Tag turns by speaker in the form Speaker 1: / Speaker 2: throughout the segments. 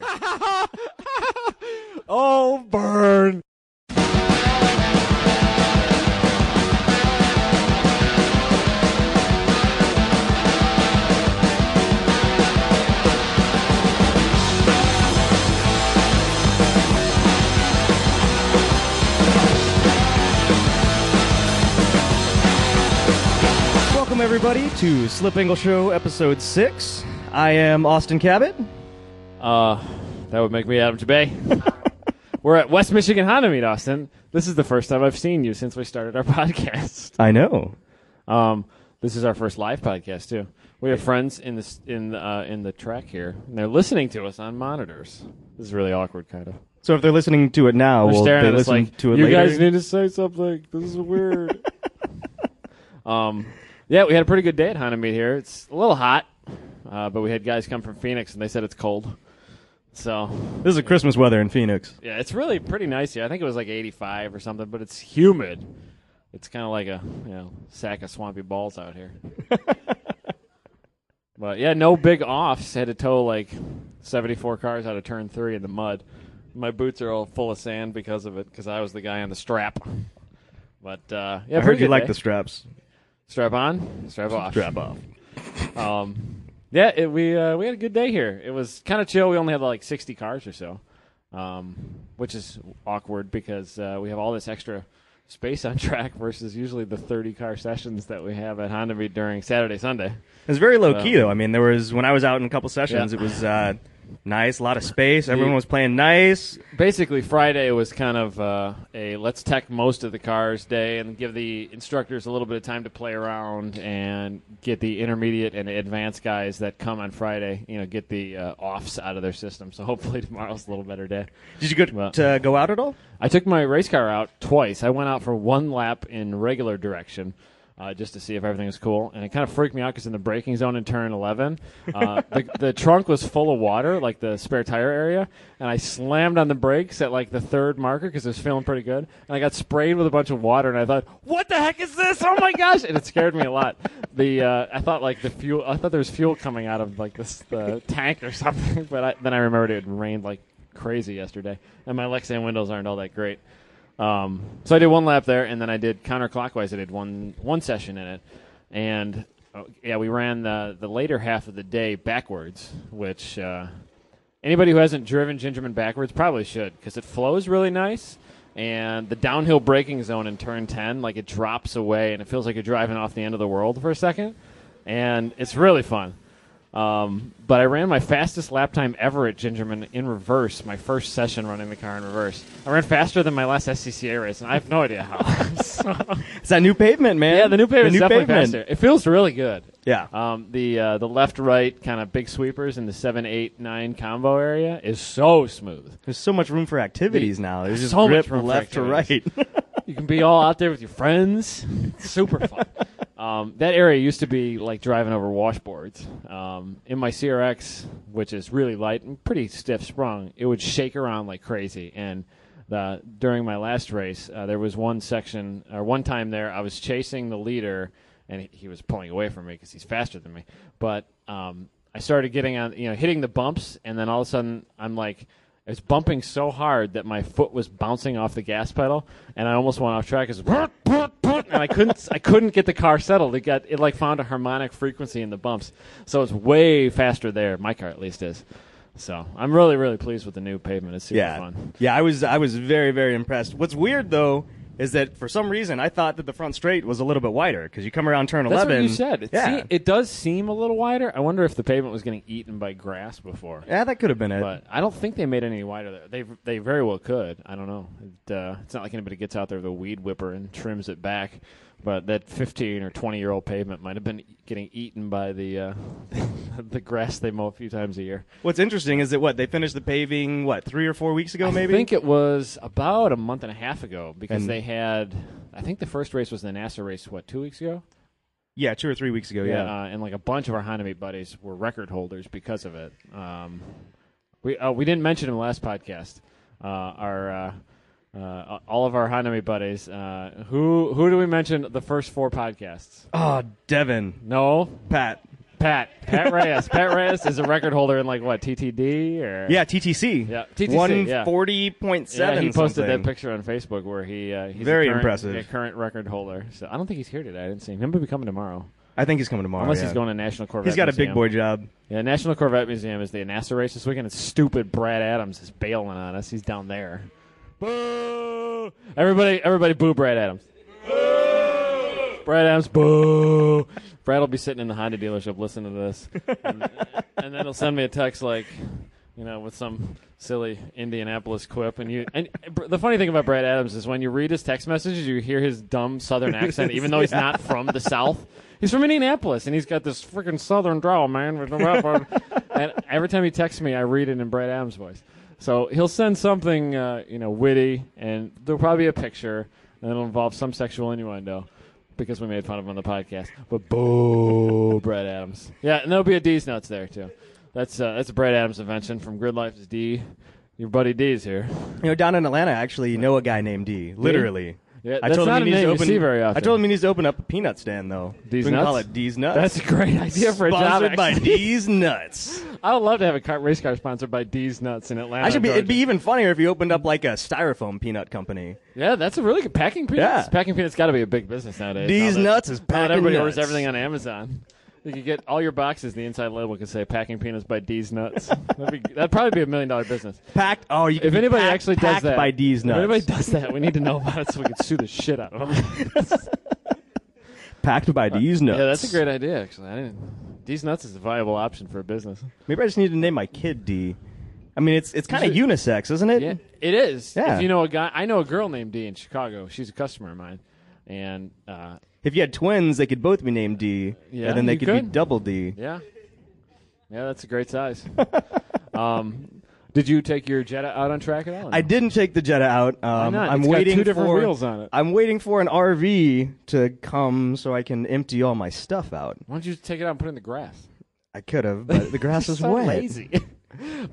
Speaker 1: oh, burn. Welcome, everybody, to Slip Angle Show, Episode 6. I am Austin Cabot.
Speaker 2: Uh, that would make me Adam Jabay. We're at West Michigan Honda Meet, Austin. This is the first time I've seen you since we started our podcast.
Speaker 1: I know.
Speaker 2: Um, this is our first live podcast too. We have friends in this in the, uh, in the track here, and they're listening to us on monitors. This is really awkward, kind of.
Speaker 1: So if they're listening to it now,
Speaker 2: They're
Speaker 1: will
Speaker 2: staring
Speaker 1: Oh, they
Speaker 2: at us
Speaker 1: listen
Speaker 2: like,
Speaker 1: to it
Speaker 2: "You
Speaker 1: later?
Speaker 2: guys need to say something. This is weird." um, yeah, we had a pretty good day at Honda Meet here. It's a little hot, uh, but we had guys come from Phoenix, and they said it's cold. So
Speaker 1: this is Christmas weather in Phoenix.
Speaker 2: Yeah, it's really pretty nice here. I think it was like 85 or something, but it's humid. It's kind of like a you know sack of swampy balls out here. but yeah, no big offs. Had to tow like 74 cars out of turn three in the mud. My boots are all full of sand because of it, because I was the guy on the strap. But uh, yeah,
Speaker 1: I
Speaker 2: pretty
Speaker 1: heard you
Speaker 2: good
Speaker 1: like
Speaker 2: day.
Speaker 1: the straps.
Speaker 2: strap on, strap off.
Speaker 1: Strap off.
Speaker 2: Um, yeah, it, we uh, we had a good day here. It was kind of chill. We only had like 60 cars or so, um, which is awkward because uh, we have all this extra space on track versus usually the 30 car sessions that we have at Honda Meet during Saturday Sunday.
Speaker 1: It was very low key though. I mean, there was when I was out in a couple sessions,
Speaker 2: Yeah.
Speaker 1: it was uh, nice, a lot of space. Everyone was playing nice.
Speaker 2: Basically, Friday was kind of uh, a let's tech most of the cars day and give the instructors a little bit of time to play around and get the intermediate and advanced guys that come on Friday, you know, get the uh, offs out of their system. So hopefully tomorrow's a little better day.
Speaker 1: Did you go
Speaker 2: Well-
Speaker 1: to go out at all?
Speaker 2: I took my race car out twice. I went out for one lap in regular direction. Uh, just to see if everything was cool, and it kind of freaked me out because in the braking zone in turn eleven, uh, the, the trunk was full of water, like the spare tire area, and I slammed on the brakes at like the third marker because it was feeling pretty good, and I got sprayed with a bunch of water, and I thought, "What the heck is this? Oh my gosh!" and it scared me a lot. The uh, I thought like the fuel, I thought there was fuel coming out of like this the tank or something, but I, then I remembered it had rained like crazy yesterday, and my Lexan windows aren't all that great. Um, so I did one lap there, and then I did counterclockwise. I did one one session in it, and uh, yeah, we ran the the later half of the day backwards, which uh, anybody who hasn't driven Gingerman backwards probably should because it flows really nice. And the downhill braking zone in turn 10, like it drops away and it feels like you're driving off the end of the world for a second. And it's really fun. Um, but I ran my fastest lap time ever at Gingerman in reverse, my first session running the car in reverse. I ran faster than my last SCCA race, and I have no idea how. So-
Speaker 1: It's that new pavement, man.
Speaker 2: yeah, the new pavement is definitely
Speaker 1: pavement.
Speaker 2: faster. It feels really good.
Speaker 1: Yeah.
Speaker 2: Um, the uh, the left right kind of big sweepers in the seven eight nine combo area is so smooth.
Speaker 1: There's so much room for activities now. There's just
Speaker 2: So much
Speaker 1: grip
Speaker 2: room for
Speaker 1: left to right.
Speaker 2: activities. You can be all out there with your friends. It's super fun. Um, that area used to be like driving over washboards. Um, in my CRX, which is really light and pretty stiff sprung, it would shake around like crazy. And the, during my last race, uh, there was one section or one time there, I was chasing the leader, and he, he was pulling away from me because he's faster than me. But um, I started getting on, you know, hitting the bumps, and then all of a sudden, I'm like. I was bumping so hard that my foot was bouncing off the gas pedal, and I almost went off track. It was brrrt, brrrt, brrrt, and I couldn't, I couldn't get the car settled. It got, it like found a harmonic frequency in the bumps, so it's way faster there. My car at least is. So I'm really, really pleased with the new pavement. It's super
Speaker 1: yeah.
Speaker 2: fun.
Speaker 1: Yeah, I was I was very very impressed. What's weird though is that for some reason I thought that the front straight was a little bit wider because you come around turn
Speaker 2: That's
Speaker 1: 11.
Speaker 2: what you said. It,
Speaker 1: yeah.
Speaker 2: se- it does seem a little wider. I wonder if the pavement was getting eaten by grass before.
Speaker 1: yeah, that could have been it.
Speaker 2: But I don't think they made any wider there. They they very well could. I don't know. It, uh, it's not like anybody gets out there with a weed whipper and trims it back. But that 15 or 20 year old pavement might have been getting eaten by the uh, the grass they mow a few times a year.
Speaker 1: What's interesting is that what they finished the paving what three or four weeks ago maybe.
Speaker 2: I think it was about a month and a half ago because
Speaker 1: And-
Speaker 2: they had. I think the first race was the NASA race. What two weeks ago?
Speaker 1: yeah, two or three weeks ago. Yeah.
Speaker 2: Uh, and like a bunch of our Honda meet buddies were record holders because of it. Um, we uh, we didn't mention in the last podcast. Uh, our uh, uh, all of our Honda meet buddies. Uh, who who do we mention the first four podcasts?
Speaker 1: Oh, Devin,
Speaker 2: No,
Speaker 1: Pat,
Speaker 2: Pat. Pat Reyes. Pat Reyes is a record holder in like what TTD or
Speaker 1: Yeah, TTC.
Speaker 2: Yeah, TTC,
Speaker 1: One
Speaker 2: yeah.
Speaker 1: forty point
Speaker 2: Yeah,
Speaker 1: seven.
Speaker 2: he posted that picture on Facebook where he uh, he's
Speaker 1: Very
Speaker 2: a current,
Speaker 1: impressive.
Speaker 2: a current record holder. So I don't think he's here today. I didn't see him. He might be coming tomorrow,
Speaker 1: I think he's coming tomorrow.
Speaker 2: unless
Speaker 1: Oh, yeah.
Speaker 2: he's going to National Corvette.
Speaker 1: He's got a big
Speaker 2: Museum.
Speaker 1: boy job.
Speaker 2: Yeah, National Corvette Museum is the NASA race this weekend. It's stupid. Brad Adams is bailing on us. He's down there. Boo! Everybody, everybody, boo! Brad Adams. Brad Adams, boo! Brad will be sitting in the Honda dealership listening to this, and, and then he'll send me a text like, you know, with some silly Indianapolis quip. And you, and br- the funny thing about Brad Adams is when you read his text messages, you hear his dumb Southern accent, even though he's not from the South. He's from Indianapolis, and he's got this freaking Southern drawl, man. and every time he texts me, I read it in Brad Adams' voice. So he'll send something, uh, you know, witty, and there'll probably be a picture, and it'll involve some sexual innuendo because we made fun of him on the podcast. But boo, Brad Adams. Yeah, and there'll be a D's nuts there too. That's uh, that's a Brad Adams invention from Grid Life's D. Your buddy D's here.
Speaker 1: You know, down in Atlanta, I actually know a guy named D. Literally.
Speaker 2: Yeah, that's not a name you see very often.
Speaker 1: I told him he needs to open up a peanut stand though.
Speaker 2: D's
Speaker 1: we can
Speaker 2: nuts?
Speaker 1: call it D's nuts.
Speaker 2: That's a great idea for a job.
Speaker 1: sponsored by
Speaker 2: actually.
Speaker 1: D's nuts.
Speaker 2: I would love to have a car, race car sponsored by D's Nuts in Atlanta.
Speaker 1: I should be. It'd be
Speaker 2: Georgia.
Speaker 1: even funnier if you opened up like a styrofoam peanut company.
Speaker 2: Yeah, that's a really good packing peanuts.
Speaker 1: Yeah.
Speaker 2: Packing peanuts got to be a big business nowadays.
Speaker 1: D's
Speaker 2: Now that-
Speaker 1: nuts is
Speaker 2: now that
Speaker 1: packing
Speaker 2: Everybody orders
Speaker 1: nuts.
Speaker 2: everything on Amazon. You could get all your boxes. The inside label could say "Packing Peanuts by D's Nuts." that'd, be, that'd probably be a million dollar business.
Speaker 1: Packed. Oh, you. could
Speaker 2: If
Speaker 1: be
Speaker 2: anybody
Speaker 1: packed-
Speaker 2: actually does
Speaker 1: packed
Speaker 2: that,
Speaker 1: by D's
Speaker 2: if
Speaker 1: nuts.
Speaker 2: anybody does that, we need to know about it so we can sue the shit out of them.
Speaker 1: packed by D's nuts.
Speaker 2: Uh, yeah, that's a great idea. Actually, I didn't. D's Nuts is a viable option for a business.
Speaker 1: Maybe I just need to name my kid D. I mean, it's it's kind of
Speaker 2: You
Speaker 1: unisex, isn't it?
Speaker 2: Yeah, it is.
Speaker 1: Yeah.
Speaker 2: If you know a guy, I know a girl named D in Chicago. She's a customer of mine, and uh,
Speaker 1: If you had twins, they could both be named D,
Speaker 2: Yeah,
Speaker 1: and then they
Speaker 2: you
Speaker 1: could, be
Speaker 2: could.
Speaker 1: double D.
Speaker 2: Yeah. Yeah, that's a great size. um, did you take your Jetta out on track at all?
Speaker 1: I didn't take the Jetta out. Um,
Speaker 2: not?
Speaker 1: I'm
Speaker 2: It's got
Speaker 1: waiting
Speaker 2: two different
Speaker 1: for
Speaker 2: wheels on it.
Speaker 1: I'm waiting for an RV to come so I can empty all my stuff out.
Speaker 2: Why don't you take it out and put it in the grass?
Speaker 1: I could have, but the grass is
Speaker 2: so
Speaker 1: wet.
Speaker 2: lazy.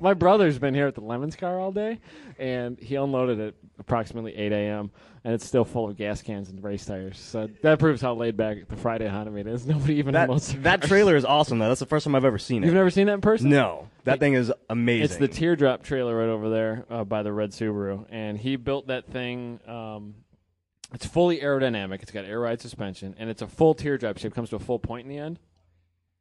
Speaker 2: My brother's been here at the Lemons car all day, and he unloaded at approximately 8 a.m., and it's still full of gas cans and race tires. So that proves how laid back the Friday Honda meet is. Nobody even
Speaker 1: That
Speaker 2: unloads their
Speaker 1: that
Speaker 2: cars.
Speaker 1: trailer is awesome though. That's the first time I've ever seen it.
Speaker 2: You've never seen that in person?
Speaker 1: no, that thing is amazing.
Speaker 2: It's the teardrop trailer right over there uh, by the red Subaru, and he built that thing. Um, it's fully aerodynamic. It's got air ride suspension, and it's a full teardrop shape. Comes to a full point in the end.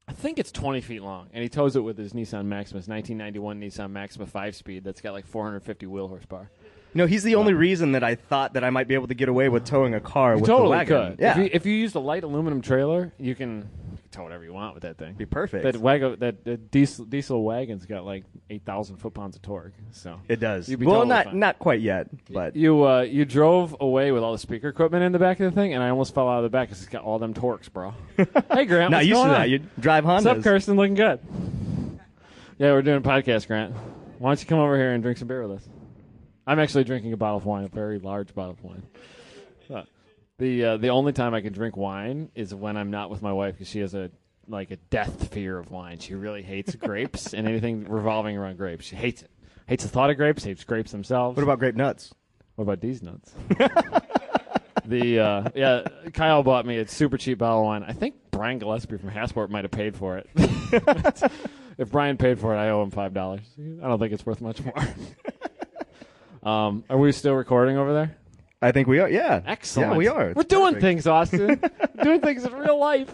Speaker 2: I think it's 20 feet long, and he tows it with his Nissan Maxima, his 1991 Nissan Maxima five speed that's got like 450 wheel horsepower.
Speaker 1: you know, he's the only reason that I thought that I might be able to get away with towing a car with the
Speaker 2: totally
Speaker 1: wagon.
Speaker 2: could.
Speaker 1: Yeah,
Speaker 2: If you, if you use the light aluminum trailer, you can tow whatever you want with that thing.
Speaker 1: be perfect.
Speaker 2: That wagon, that, that diesel diesel wagon's got like 8,000 foot pounds of torque. So
Speaker 1: it does.
Speaker 2: You'd be
Speaker 1: well,
Speaker 2: totally
Speaker 1: not
Speaker 2: fine.
Speaker 1: not quite yet, but
Speaker 2: You uh, you drove away with all the speaker equipment in the back of the thing, and I almost fell out of the back because it's got all them torques, bro. hey, Grant,
Speaker 1: not
Speaker 2: what's
Speaker 1: used
Speaker 2: going
Speaker 1: to
Speaker 2: on?
Speaker 1: that. You drive Hondas.
Speaker 2: What's up, Kirsten? Looking good. Yeah, we're doing a podcast, Grant. Why don't you come over here and drink some beer with us? I'm actually drinking a bottle of wine, a very large bottle of wine. Uh, The uh, the only time I can drink wine is when I'm not with my wife because she has a like a death fear of wine. She really hates grapes and anything revolving around grapes. She hates it. Hates the thought of grapes. Hates grapes themselves.
Speaker 1: What about grape nuts?
Speaker 2: What about these nuts? the uh, yeah, Kyle bought me a super cheap bottle of wine. I think Brian Gillespie from Hassport might have paid for it. if Brian paid for it, I owe him five dollars. I don't think it's worth much more. um, are we still recording over there?
Speaker 1: I think we are. Yeah,
Speaker 2: Excellent.
Speaker 1: Yeah, we are. It's
Speaker 2: We're doing
Speaker 1: perfect.
Speaker 2: things, Austin. We're doing things in real life.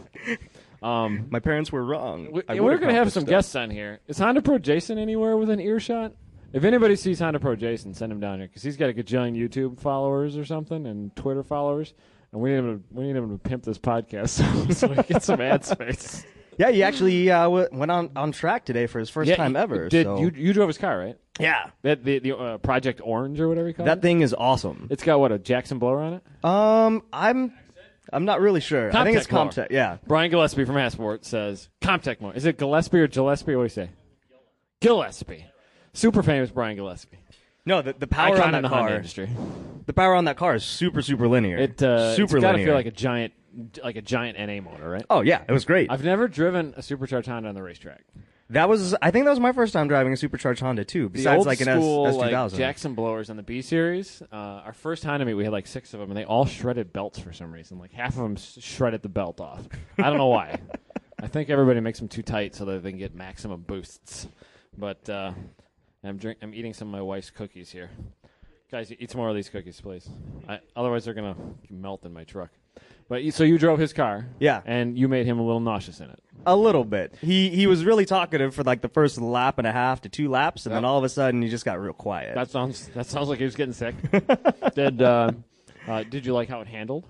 Speaker 2: Um,
Speaker 1: My parents were wrong.
Speaker 2: we,
Speaker 1: I
Speaker 2: and
Speaker 1: would
Speaker 2: we're gonna have
Speaker 1: accomplished
Speaker 2: some
Speaker 1: stuff.
Speaker 2: guests on here. Is Honda Pro Jason anywhere within earshot? If anybody sees Honda Pro Jason, send him down here because he's got a gajillion YouTube followers or something and Twitter followers, and we need him. To, we need him to pimp this podcast so, so we get some ad space.
Speaker 1: Yeah, he actually uh, w- went on, on track today for his first
Speaker 2: Yeah,
Speaker 1: time
Speaker 2: you-
Speaker 1: ever.
Speaker 2: Did
Speaker 1: so-
Speaker 2: you you drove his car right?
Speaker 1: Yeah,
Speaker 2: That the the uh, Project Orange or whatever you call
Speaker 1: that
Speaker 2: it.
Speaker 1: thing is awesome.
Speaker 2: It's got what a Jackson blower on it.
Speaker 1: Um, I'm I'm not really sure. I think it's
Speaker 2: Comtech
Speaker 1: Comtech.
Speaker 2: car.
Speaker 1: Yeah,
Speaker 2: Brian Gillespie from Asport says Comtech more. Is it Gillespie or Gillespie? What do you say? Gillespie, super famous Brian Gillespie.
Speaker 1: no, the, the power on
Speaker 2: Icon in the
Speaker 1: that
Speaker 2: Honda
Speaker 1: car,
Speaker 2: industry.
Speaker 1: the power on that car is super super linear.
Speaker 2: It uh,
Speaker 1: super
Speaker 2: it's got to
Speaker 1: linear.
Speaker 2: feel like a giant, like a giant NA motor, right?
Speaker 1: oh yeah, it was great.
Speaker 2: I've never driven a supercharged Honda on the racetrack.
Speaker 1: that was I think that was my first time driving a supercharged Honda too.
Speaker 2: The
Speaker 1: Besides
Speaker 2: old
Speaker 1: like an S
Speaker 2: school,
Speaker 1: S two
Speaker 2: like,
Speaker 1: thousand.
Speaker 2: Jackson blowers on the B series. Uh, our first Honda meet, we had like six of them, and they all shredded belts for some reason. Like half of them shredded the belt off. I don't know why. I think everybody makes them too tight so that they can get maximum boosts. But uh, I'm drink. I'm eating some of my wife's cookies here. Guys, eat some more of these cookies, please. I, otherwise, they're gonna melt in my truck. But you, so you drove his car,
Speaker 1: Yeah.
Speaker 2: and you made him a little nauseous in it.
Speaker 1: A little bit. He he was really talkative for like the first lap and a half to two laps, and then
Speaker 2: Yeah.
Speaker 1: all of a sudden he just got real quiet.
Speaker 2: That sounds that sounds like he was getting sick. did uh, uh, did you like how it handled?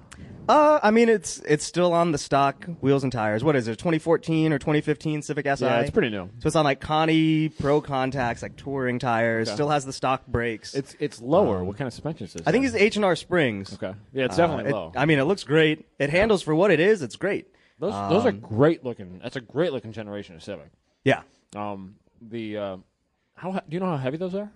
Speaker 1: uh, I mean it's it's still on the stock wheels and tires. What is it? 2014 or 2015 Civic Si?
Speaker 2: Yeah, it's pretty new.
Speaker 1: So it's on like Connie Pro Contacts, like touring tires. Still has the stock brakes.
Speaker 2: It's it's lower. what kind of suspension is this?
Speaker 1: I think it's H and R Springs.
Speaker 2: okay. Yeah, it's
Speaker 1: Uh,
Speaker 2: definitely
Speaker 1: it-
Speaker 2: low.
Speaker 1: I mean, it looks great. It handles for what it is. It's great.
Speaker 2: those those are
Speaker 1: um,
Speaker 2: great looking. That's a great looking generation of Civic.
Speaker 1: Yeah.
Speaker 2: Um, the uh, how he- do you know how heavy those are?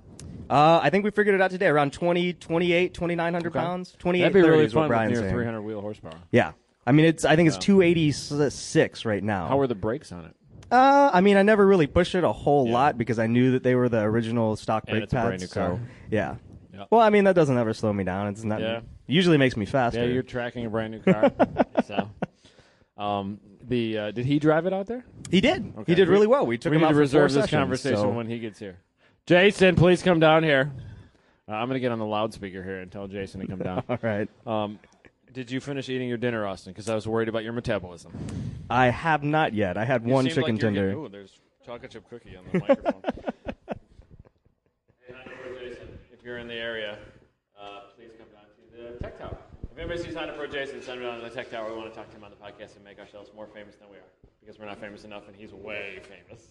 Speaker 1: Uh, I think we figured it out today. Around 20, 28, 2,900
Speaker 2: Okay.
Speaker 1: pounds.
Speaker 2: That'd
Speaker 1: 2830
Speaker 2: be really
Speaker 1: is what
Speaker 2: fun with
Speaker 1: Brian's
Speaker 2: near
Speaker 1: saying.
Speaker 2: 300 wheel horsepower.
Speaker 1: Yeah. I mean, it's. I think it's 286 right now.
Speaker 2: How were the brakes on it?
Speaker 1: Uh, I mean, I never really pushed it a whole
Speaker 2: Yeah.
Speaker 1: lot because I knew that they were the original stock brake
Speaker 2: it's a brand
Speaker 1: pads.
Speaker 2: new car.
Speaker 1: So, yeah.
Speaker 2: Yeah.
Speaker 1: Well, I mean, that doesn't ever slow me down. It's not.
Speaker 2: Yeah.
Speaker 1: Usually makes me faster.
Speaker 2: Yeah, you're tracking a brand new car. so, um, the uh, did he drive it out there?
Speaker 1: he did.
Speaker 2: Okay.
Speaker 1: He did
Speaker 2: We-
Speaker 1: really well. We took
Speaker 2: we
Speaker 1: him
Speaker 2: need
Speaker 1: out
Speaker 2: to
Speaker 1: for four
Speaker 2: reserve this
Speaker 1: sessions,
Speaker 2: conversation
Speaker 1: so-
Speaker 2: when he gets here. Jason, please come down here. Uh, I'm gonna get on the loudspeaker here and tell Jason to come down.
Speaker 1: All right.
Speaker 2: Um, did you finish eating your dinner, Austin? Because I was worried about your metabolism.
Speaker 1: I have not yet. I had
Speaker 2: You
Speaker 1: one
Speaker 2: seem
Speaker 1: chicken
Speaker 2: like you're
Speaker 1: tender.
Speaker 2: Getting, ooh, there's chocolate chip cookie on the microphone. Hey, Honda Pro Jason, if you're in the area, uh, please come down to the Tech Tower. If anybody sees Honda Pro Jason, send him down to the Tech Tower. We want to talk to him on the podcast and make ourselves more famous than we are because we're not famous enough, and he's way famous.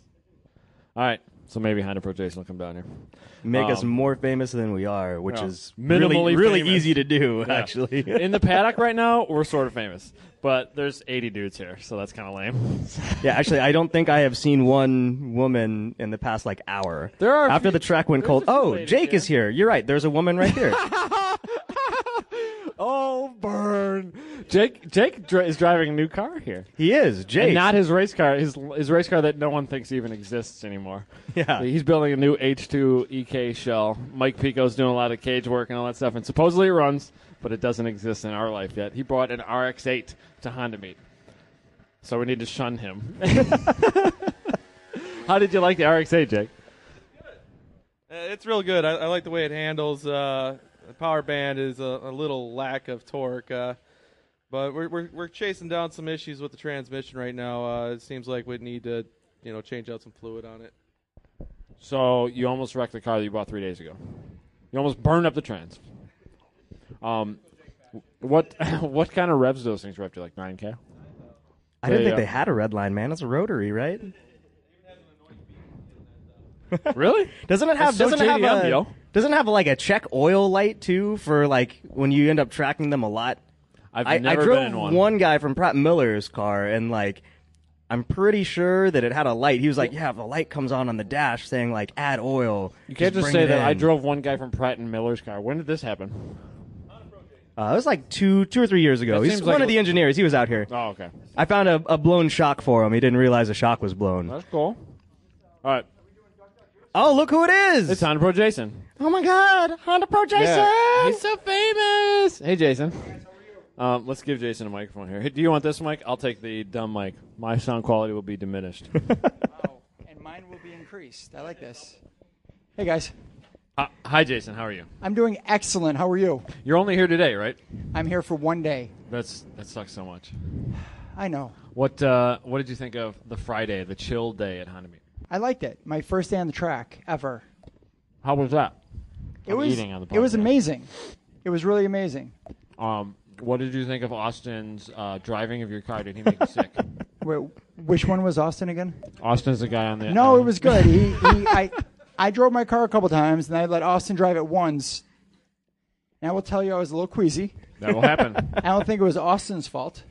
Speaker 2: All right, so maybe Honda Pro Jason will come down here.
Speaker 1: Make us
Speaker 2: Um,
Speaker 1: more famous than we are, which
Speaker 2: yeah.
Speaker 1: is
Speaker 2: Minimally
Speaker 1: really, really
Speaker 2: famous.
Speaker 1: easy to do,
Speaker 2: Yeah.
Speaker 1: actually.
Speaker 2: in the paddock right now, we're sort of famous, but there's 80 dudes here, so that's kind of lame.
Speaker 1: yeah, actually, I don't think I have seen one woman in the past like hour.
Speaker 2: There are a
Speaker 1: after the
Speaker 2: few-
Speaker 1: track went
Speaker 2: there's
Speaker 1: cold.
Speaker 2: a few
Speaker 1: Oh,
Speaker 2: ladies,
Speaker 1: Jake
Speaker 2: yeah.
Speaker 1: is here. You're right. There's a woman right here.
Speaker 2: Oh, burn! Jake Jake dri is driving a new car here,
Speaker 1: he is Jake.
Speaker 2: and not his race car. His his race car that no one thinks even exists anymore.
Speaker 1: Yeah.
Speaker 2: he's building a new H2 EK shell. Mike Pico's doing a lot of cage work and all that stuff, and supposedly it runs, but it doesn't exist in our life yet. He brought an RX8 to Honda meet, so we need to shun him. How did you like the RX8, Jake?
Speaker 3: Uh, It's real good. I, I like the way it handles. Uh, the power band is a, a little lack of torque, uh, but we're, we're we're chasing down some issues with the transmission right now. Uh, it seems like we'd need to, you know, change out some fluid on it.
Speaker 2: So you almost wrecked the car that you bought three days ago. You almost burned up the trans. Um, what what kind of revs do those things go up to? Like nine k.
Speaker 1: I didn't
Speaker 2: Yeah.
Speaker 1: think they had a red line, man. It's a rotary, right?
Speaker 2: Really?
Speaker 1: Doesn't it have?
Speaker 2: That's so
Speaker 1: doesn't it have uh,
Speaker 2: JDM,
Speaker 1: a?
Speaker 2: yo.
Speaker 1: Doesn't it have like a check oil light too for like when you end up tracking them a lot?
Speaker 2: I've
Speaker 1: I, I
Speaker 2: never
Speaker 1: drove
Speaker 2: been in one.
Speaker 1: guy from Pratt Miller's car, and like, I'm pretty sure that it had a light. He was like, "Yeah, if a light comes on on the dash saying like add oil."
Speaker 2: You can't just
Speaker 1: bring
Speaker 2: say
Speaker 1: it
Speaker 2: that I
Speaker 1: in."
Speaker 2: drove one guy from Pratt and Miller's car. When did this happen?
Speaker 1: Uh, it was like two, two or three years ago.
Speaker 2: That
Speaker 1: He's
Speaker 2: seems
Speaker 1: one
Speaker 2: like
Speaker 1: of
Speaker 2: a-
Speaker 1: the engineers. He was out here.
Speaker 2: Oh, okay.
Speaker 1: I found a, a blown shock for him. He didn't realize a shock was blown.
Speaker 2: That's cool. All right,
Speaker 1: Oh, look who it is!
Speaker 2: it's Honda Pro Jason.
Speaker 1: oh my God, Honda Pro Jason.
Speaker 2: He's so famous. Hey, Jason. Um, let's give Jason a microphone here. Hey, do you want this mic? I'll take the dumb mic. My sound quality will be diminished.
Speaker 4: Wow. And mine will be increased. I like this. Hey guys,
Speaker 2: uh, hi, Jason. How are you?
Speaker 4: I'm doing excellent. How are you?
Speaker 2: You're only here today, right?
Speaker 4: I'm here for one day.
Speaker 2: That's that sucks so much.
Speaker 4: I know.
Speaker 2: What uh, what did you think of the Friday, the chill day at Hanami?
Speaker 4: I liked it. My first day on the track ever.
Speaker 2: How was that?
Speaker 4: It
Speaker 2: I'm
Speaker 4: was
Speaker 2: eating on the
Speaker 4: it was
Speaker 2: podcast.
Speaker 4: amazing. It was really amazing.
Speaker 2: Um, what did you think of Austin's uh, driving of your car? Did he make you sick?
Speaker 4: Wait, which one was Austin again?
Speaker 2: Austin's the guy on the
Speaker 4: No,
Speaker 2: on-
Speaker 4: it was good. He, he I I drove my car a couple times and I let Austin drive it once. And I will tell you I was a little queasy.
Speaker 2: that will happen.
Speaker 4: I don't think it was Austin's fault.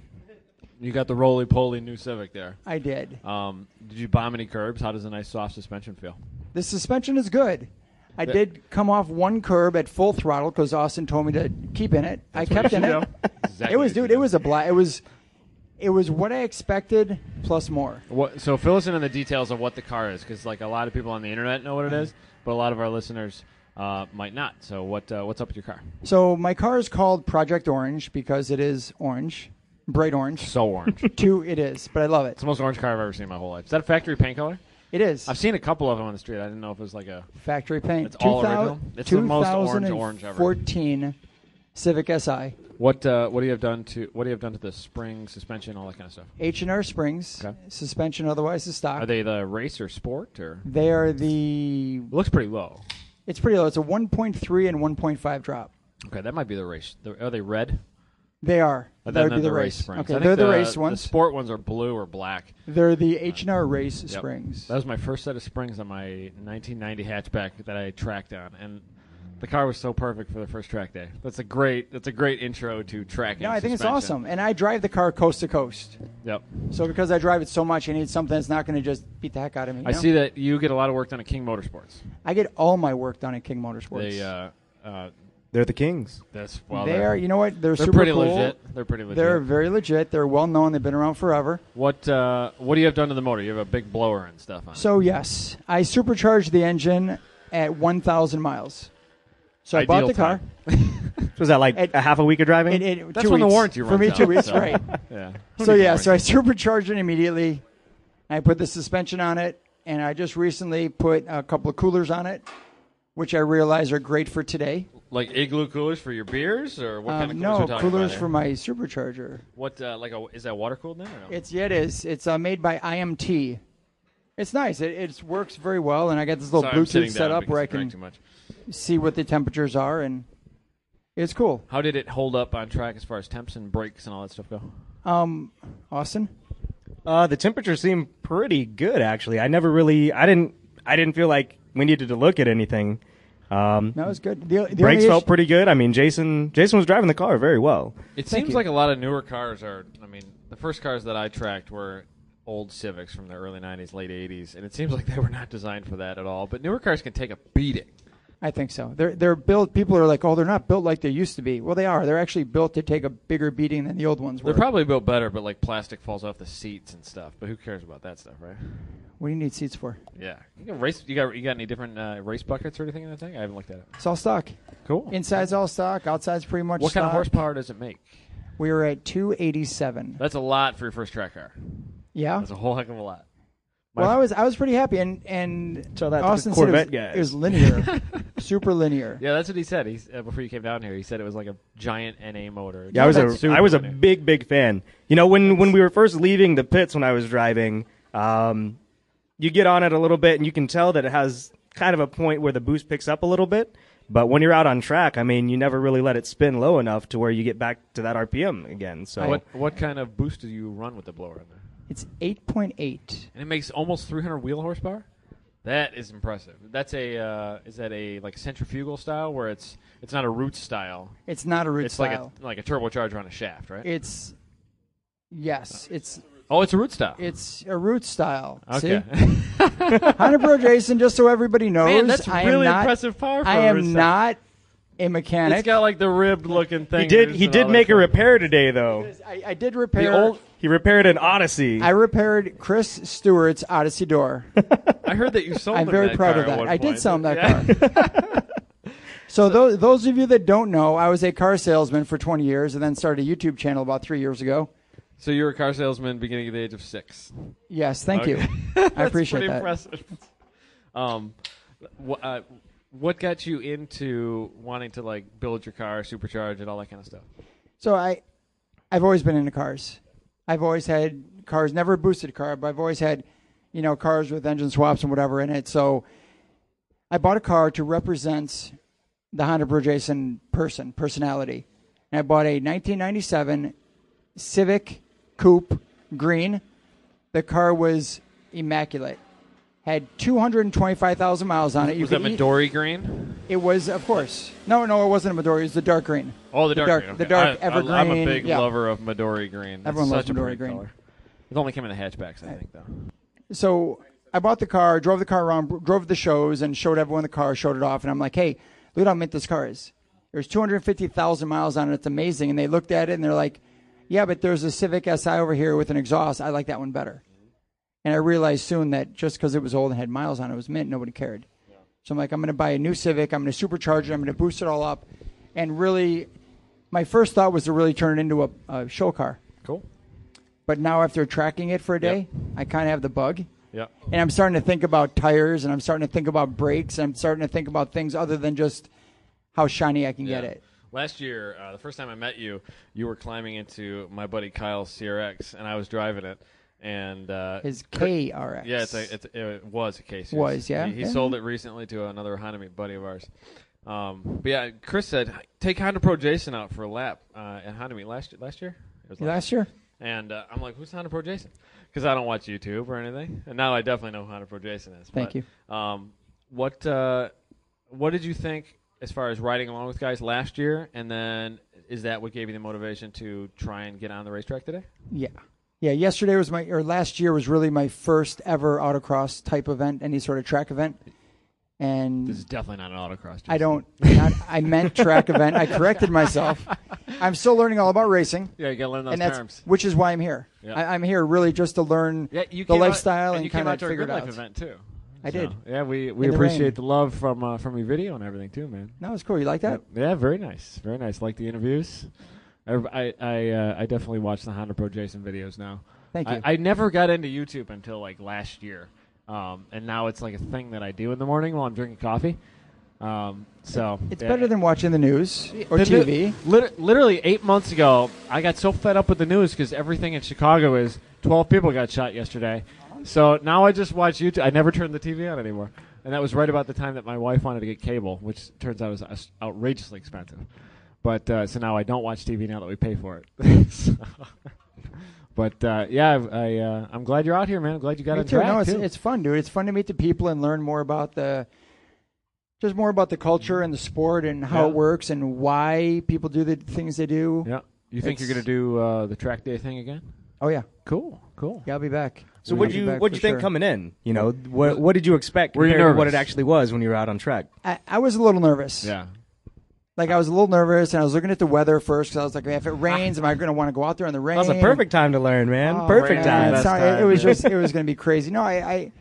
Speaker 2: you got the roly poly new Civic there.
Speaker 4: I did.
Speaker 2: Um, did you bomb any curbs? How does a nice soft suspension feel?
Speaker 4: The suspension is good. I did come off one curb at full throttle because Austin told me to keep in it. I kept in it.
Speaker 2: Exactly
Speaker 4: It was,
Speaker 2: what you
Speaker 4: dude.
Speaker 2: do.
Speaker 4: It was a black. It was, it was what I expected plus more.
Speaker 2: What, so fill us in on the details of what the car is, because like a lot of people on the internet know what it is, but a lot of our listeners uh, might not. So what uh, what's up with your car?
Speaker 4: So my car is called Project Orange because it is orange. bright orange.
Speaker 2: So orange. it's
Speaker 4: Two, it is, but I love it.
Speaker 2: the most orange car I've ever seen in my whole life. Is that a factory paint color?
Speaker 4: It is.
Speaker 2: I've seen a couple of them on the street. I didn't know if it was like a.
Speaker 4: Factory paint.
Speaker 2: It's all original? It's the most orange orange ever.
Speaker 4: 2014 Civic Si.
Speaker 2: What uh, What do you have done to What do you have done to the spring suspension, all that kind of stuff?
Speaker 4: H&R Springs.
Speaker 2: Okay.
Speaker 4: Suspension otherwise is stock.
Speaker 2: Are they the race or sport or?
Speaker 4: They are the.
Speaker 2: It looks pretty low.
Speaker 4: It's pretty low. It's a 1.3 and 1.5 drop.
Speaker 2: Okay, that might be the race. The- Are they red?
Speaker 4: They are.
Speaker 2: But
Speaker 4: That
Speaker 2: then
Speaker 4: would be
Speaker 2: they're
Speaker 4: the race.
Speaker 2: springs. I
Speaker 4: Okay,
Speaker 2: think
Speaker 4: they're the, race ones.
Speaker 2: The sport ones are blue or black.
Speaker 4: they're the H&R race
Speaker 2: Yep.
Speaker 4: springs.
Speaker 2: That was my first set of springs on my 1990 hatchback that I tracked on, and the car was so perfect for the first track day. That's a great. That's a great intro to tracking.
Speaker 4: no, I think it's
Speaker 2: suspension.
Speaker 4: awesome. And I drive the car coast to coast.
Speaker 2: Yep.
Speaker 4: So because I drive it so much, I need something that's not going to just beat the heck out of me. you
Speaker 2: I
Speaker 4: know?
Speaker 2: see that you get a lot of work done at King Motorsports.
Speaker 4: I get all my work done at King Motorsports.
Speaker 2: They. Uh, uh,
Speaker 1: They're the kings.
Speaker 2: that's well.
Speaker 4: they
Speaker 2: they're-
Speaker 4: are. You know what? They're,
Speaker 2: They're
Speaker 4: super
Speaker 2: pretty
Speaker 4: cool.
Speaker 2: legit. They're pretty legit.
Speaker 4: They're very legit. They're well known. They've been around forever.
Speaker 2: what uh, What do you have done to the motor? You have a big blower and stuff on. it.
Speaker 4: So yes, I supercharged the engine at 1,000 miles. So I
Speaker 2: Ideal
Speaker 4: bought the car.
Speaker 2: time.
Speaker 1: So was that like
Speaker 4: It-
Speaker 1: a half a week of driving?
Speaker 4: It, it,
Speaker 2: That's
Speaker 4: two
Speaker 2: when the
Speaker 4: weeks.
Speaker 2: warranty runs
Speaker 4: for me.
Speaker 2: out,
Speaker 4: Two weeks,
Speaker 2: so.
Speaker 4: right?
Speaker 2: Yeah.
Speaker 4: So yeah, so I supercharged it immediately. I put the suspension on it, and I just recently put a couple of coolers on it, which I realize are great for today.
Speaker 2: like igloo coolers for your beers or what kind of
Speaker 4: Um,
Speaker 2: coolers
Speaker 4: no
Speaker 2: we're talking
Speaker 4: coolers
Speaker 2: about
Speaker 4: for my supercharger.
Speaker 2: what uh, like a, is that water cooled then or no?
Speaker 4: It's yeah, it is. It's uh, made by IMT. It's nice. It, it works very well, and I got this little
Speaker 2: Sorry, I'm sitting
Speaker 4: Bluetooth set
Speaker 2: down
Speaker 4: up where I
Speaker 2: because drank
Speaker 4: can
Speaker 2: too much.
Speaker 4: see what the temperatures are, and it's cool.
Speaker 2: How did it hold up on track as far as temps and brakes and all that stuff go?
Speaker 4: Um, Austin,
Speaker 1: Uh, the temperature seemed pretty good actually. I never really, I didn't, I didn't feel like we needed to look at anything. Um,
Speaker 4: that was good. The, the
Speaker 1: brakes
Speaker 4: only
Speaker 1: felt
Speaker 4: issue-
Speaker 1: pretty good. I mean, Jason, Jason was driving the car very well.
Speaker 2: It
Speaker 4: Thank
Speaker 2: seems
Speaker 4: you.
Speaker 2: like a lot of newer cars are. I mean, the first cars that I tracked were old Civics from the early '90s, late '80s, and it seems like they were not designed for that at all. But newer cars can take a beating.
Speaker 4: I think so. They're they're built. People are like, oh, they're not built like they used to be. Well, they are. They're actually built to take a bigger beating than the old ones were.
Speaker 2: They're probably built better, but like plastic falls off the seats and stuff. But who cares about that stuff, right?
Speaker 4: what do you need seats for?
Speaker 2: Yeah, you got race. You got you got any different uh, race buckets or anything in that thing? I haven't looked at it.
Speaker 4: It's all stock.
Speaker 2: Cool.
Speaker 4: Inside's all stock. Outside's pretty much.
Speaker 2: what kind of
Speaker 4: stock.
Speaker 2: horsepower does it make?
Speaker 4: We are at 287.
Speaker 2: That's a lot for your first track car.
Speaker 4: Yeah.
Speaker 2: That's a whole heck of a lot. My-
Speaker 4: Well, I was I was pretty happy, and and
Speaker 1: Tell that to the
Speaker 4: Austin
Speaker 1: Corvette
Speaker 4: said it was,
Speaker 1: guys.
Speaker 4: it was linear, super linear.
Speaker 2: Yeah, that's what he said. He's uh, before you came down here. He said it was like a giant NA motor.
Speaker 1: Yeah, I was
Speaker 2: That's
Speaker 1: a
Speaker 2: super
Speaker 1: I was a
Speaker 2: funny.
Speaker 1: big big fan. You know, when when we were first leaving the pits when I was driving, um, you get on it a little bit and you can tell that it has kind of a point where the boost picks up a little bit. But when you're out on track, I mean, you never really let it spin low enough to where you get back to that RPM again. So
Speaker 2: What what kind of boost do you run with the blower in there?
Speaker 4: It's 8.8.
Speaker 2: And it makes almost 300 wheel horsepower. That is impressive. That's a uh, is that a like centrifugal style where it's it's not a root style.
Speaker 4: It's not a root
Speaker 2: It's
Speaker 4: style.
Speaker 2: like a like a turbocharger on a shaft, right?
Speaker 4: it's yes, it's
Speaker 2: oh, it's a root style.
Speaker 4: it's a root style.
Speaker 2: okay.
Speaker 4: See, Honda Pro Jason. Just so everybody knows,
Speaker 2: Man, that's
Speaker 4: I am
Speaker 2: really
Speaker 4: not-
Speaker 2: impressive power. For
Speaker 4: I
Speaker 2: a root
Speaker 4: am
Speaker 2: style.
Speaker 4: not a
Speaker 2: It's
Speaker 4: mechanic.
Speaker 2: got like the ribbed looking thing.
Speaker 1: he did he did make a repair today though.
Speaker 4: I, I did
Speaker 1: The
Speaker 4: repair.
Speaker 1: old he repaired an Odyssey.
Speaker 4: I repaired Chris Stewart's Odyssey door.
Speaker 2: I heard that you sold.
Speaker 4: I'm
Speaker 2: him
Speaker 4: very
Speaker 2: that
Speaker 4: proud
Speaker 2: car at
Speaker 4: of that.
Speaker 2: one
Speaker 4: I did
Speaker 2: point.
Speaker 4: sell him that
Speaker 2: Yeah.
Speaker 4: car. so those, those of you that don't know, I was a car salesman for 20 years and then started a YouTube channel about three years ago.
Speaker 2: So you were a car salesman beginning at the age of six.
Speaker 4: Yes, thank
Speaker 2: Okay.
Speaker 4: you. I appreciate
Speaker 2: Pretty
Speaker 4: that.
Speaker 2: impressive. Um, wh- uh, what got you into wanting to like build your car, supercharge it, all that kind of stuff?
Speaker 4: So I, I've always been into cars. I've always had cars, never a boosted car, but I've always had, you know, cars with engine swaps and whatever in it. So I bought a car to represent the Honda Bridge Jason person, personality. And I bought a 1997 Civic Coupe Green. The car was immaculate. Had 225,000 miles on it. You
Speaker 2: Was that
Speaker 4: could eat-
Speaker 2: Midori green?
Speaker 4: It was, of course. No, no, it wasn't a Midori. It was the dark green.
Speaker 2: Oh, the,
Speaker 4: The
Speaker 2: dark,
Speaker 4: dark-
Speaker 2: green.
Speaker 4: the
Speaker 2: okay.
Speaker 4: dark
Speaker 2: I, I- I'm a
Speaker 4: evergreen,
Speaker 2: big
Speaker 4: yeah.
Speaker 2: lover of Midori green. That's
Speaker 4: Everyone loves
Speaker 2: such a
Speaker 4: Midori
Speaker 2: pretty
Speaker 4: green.
Speaker 2: Color. It only came in the hatchbacks, I think, though.
Speaker 4: so I bought the car, drove the car around, drove the shows, and showed everyone the car, showed it off, and I'm like, hey, look how mint this car is. There's 250,000 miles on it. It's amazing. And they looked at it and they're like, yeah, but there's a Civic Si over here with an exhaust. I like that one better. And I realized soon that just because it was old and had miles on it, it was mint. Nobody cared. So I'm like, I'm going to buy a new Civic. I'm going to supercharge it. I'm going to boost it all up. And really, my first thought was to really turn it into a, a show car
Speaker 2: Cool.
Speaker 4: But now after tracking it for a day, I kind of have the bug.
Speaker 2: Yeah.
Speaker 4: And I'm starting to think about tires and I'm starting to think about brakes and I'm starting to think about things other than just how shiny I can get
Speaker 2: Yeah.
Speaker 4: it.
Speaker 2: Last year, uh, the first time I met you, you were climbing into my buddy Kyle's CRX, and I was driving it. And uh,
Speaker 4: His KRX.
Speaker 2: yeah, it's a, it's, it was a case. yes.
Speaker 4: Was, yeah,
Speaker 2: He, he
Speaker 4: yeah.
Speaker 2: sold it recently to another Honda meet buddy of ours. Um, but yeah, Chris said take Honda Pro Jason out for a lap uh, at Honda meet last last year. It was
Speaker 4: Last year?
Speaker 2: And uh, I'm like, who's Honda Pro Jason? Because I don't watch YouTube or anything. And now I definitely know who Honda Pro Jason is.
Speaker 4: Thank
Speaker 2: but, Um, what uh, What did you think as far as riding along with guys last year? And then is that what gave you the motivation to try and get on the racetrack today?
Speaker 4: Yeah. Yeah. Yesterday was my, or last year was really my first ever autocross type event, any sort of track event. And
Speaker 2: This is definitely not an autocross. Jason.
Speaker 4: I don't, not, I meant track event. I corrected myself. I'm still learning all about racing.
Speaker 2: Yeah, you got to learn those
Speaker 4: and that's
Speaker 2: terms.
Speaker 4: which is why I'm here.
Speaker 2: Yeah.
Speaker 4: I, I'm here really just to learn
Speaker 2: Yeah, you
Speaker 4: the
Speaker 2: came out-
Speaker 4: lifestyle
Speaker 2: and, you came
Speaker 4: kind
Speaker 2: out
Speaker 4: of
Speaker 2: to our
Speaker 4: figure
Speaker 2: Good
Speaker 4: it
Speaker 2: Life
Speaker 4: out.
Speaker 2: event too.
Speaker 4: I did.
Speaker 2: Yeah, we, we
Speaker 4: In the
Speaker 2: appreciate
Speaker 4: rain.
Speaker 2: the love from uh, from your video and everything too, man.
Speaker 4: No, it's cool. You like that?
Speaker 2: Yeah, very nice, very nice. Like the interviews. I I I, uh, I definitely watch the Honda Pro Jason videos now.
Speaker 4: Thank you.
Speaker 2: I, I never got into YouTube until like last year, um, and now it's like a thing that I do in the morning while I'm drinking coffee. Um, so
Speaker 4: It's
Speaker 2: yeah.
Speaker 4: better than watching the news or
Speaker 2: The new-
Speaker 4: TV.
Speaker 2: lit- literally eight months ago, I got so fed up with the news because everything in Chicago is 12 people got shot yesterday. So now I just watch YouTube. I never turn the TV on anymore. And that was right about the time that my wife wanted to get cable, which turns out is us- outrageously expensive. But uh, so now I don't watch TV now that we pay for it. So- but uh, yeah, I've- I, uh, I'm glad you're out here, man. I'm glad you got
Speaker 4: Me
Speaker 2: on
Speaker 4: too.
Speaker 2: track,
Speaker 4: No, it's
Speaker 2: too.
Speaker 4: it's fun, dude. It's fun to meet the people and learn more about the just more about the culture and the sport and how
Speaker 2: Yeah.
Speaker 4: it works and why people do the things they do.
Speaker 2: yeah. You think
Speaker 4: it's-
Speaker 2: you're going to do uh, the track day thing again?
Speaker 4: Oh yeah,
Speaker 2: Cool, cool.
Speaker 4: yeah. I'll be back.
Speaker 1: So
Speaker 4: I'll
Speaker 1: what
Speaker 4: be
Speaker 1: you
Speaker 4: back
Speaker 1: what
Speaker 4: for
Speaker 1: you think
Speaker 4: sure.
Speaker 1: coming in? You know, what what did you expect
Speaker 2: Were you
Speaker 1: compared to what
Speaker 2: nervous?
Speaker 1: it actually was when you were out on track?
Speaker 4: I, I was a little nervous.
Speaker 2: Yeah.
Speaker 4: Like I was a little nervous, and I was looking at the weather first because I was like, if it rains, am I going to want to go out there in the rain?
Speaker 1: That was a perfect time to learn, man.
Speaker 4: Oh,
Speaker 1: perfect time.
Speaker 4: man,
Speaker 2: That's-
Speaker 4: sorry, it- it was
Speaker 2: time, yeah.
Speaker 4: just it was going to be crazy. No, I, I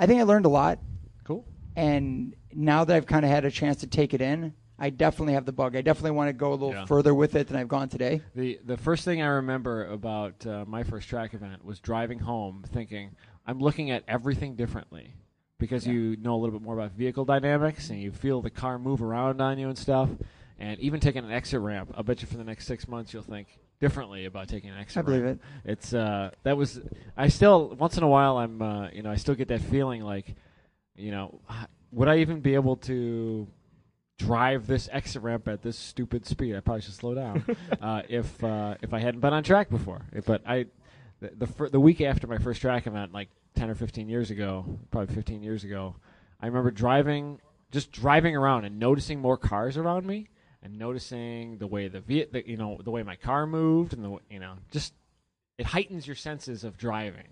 Speaker 4: I think I learned a lot,
Speaker 2: Cool.
Speaker 4: and now that I've kind of had a chance to take it in, I definitely have the bug. I definitely want to go a little
Speaker 2: Yeah.
Speaker 4: further with it than I've gone today.
Speaker 2: The the first thing I remember about uh, my first track event was driving home thinking I'm looking at everything differently because you know a little bit more about vehicle dynamics and you feel the car move around on you and stuff and even taking an exit ramp I bet you for the next 6 months you'll think differently about taking an exit
Speaker 4: I believe
Speaker 2: ramp. It's uh that was I still once in a while I'm uh, you know I still get that feeling like you know h- would I even be able to drive this exit ramp at this stupid speed. I probably should slow down uh, if uh, if I hadn't been on track before. But I, the the, fir- the week after my first track event, like ten or fifteen years ago, probably fifteen years ago, I remember driving, just driving around and noticing more cars around me and noticing the way the, ve- the you know the way my car moved and the w- you know just it heightens your senses of driving.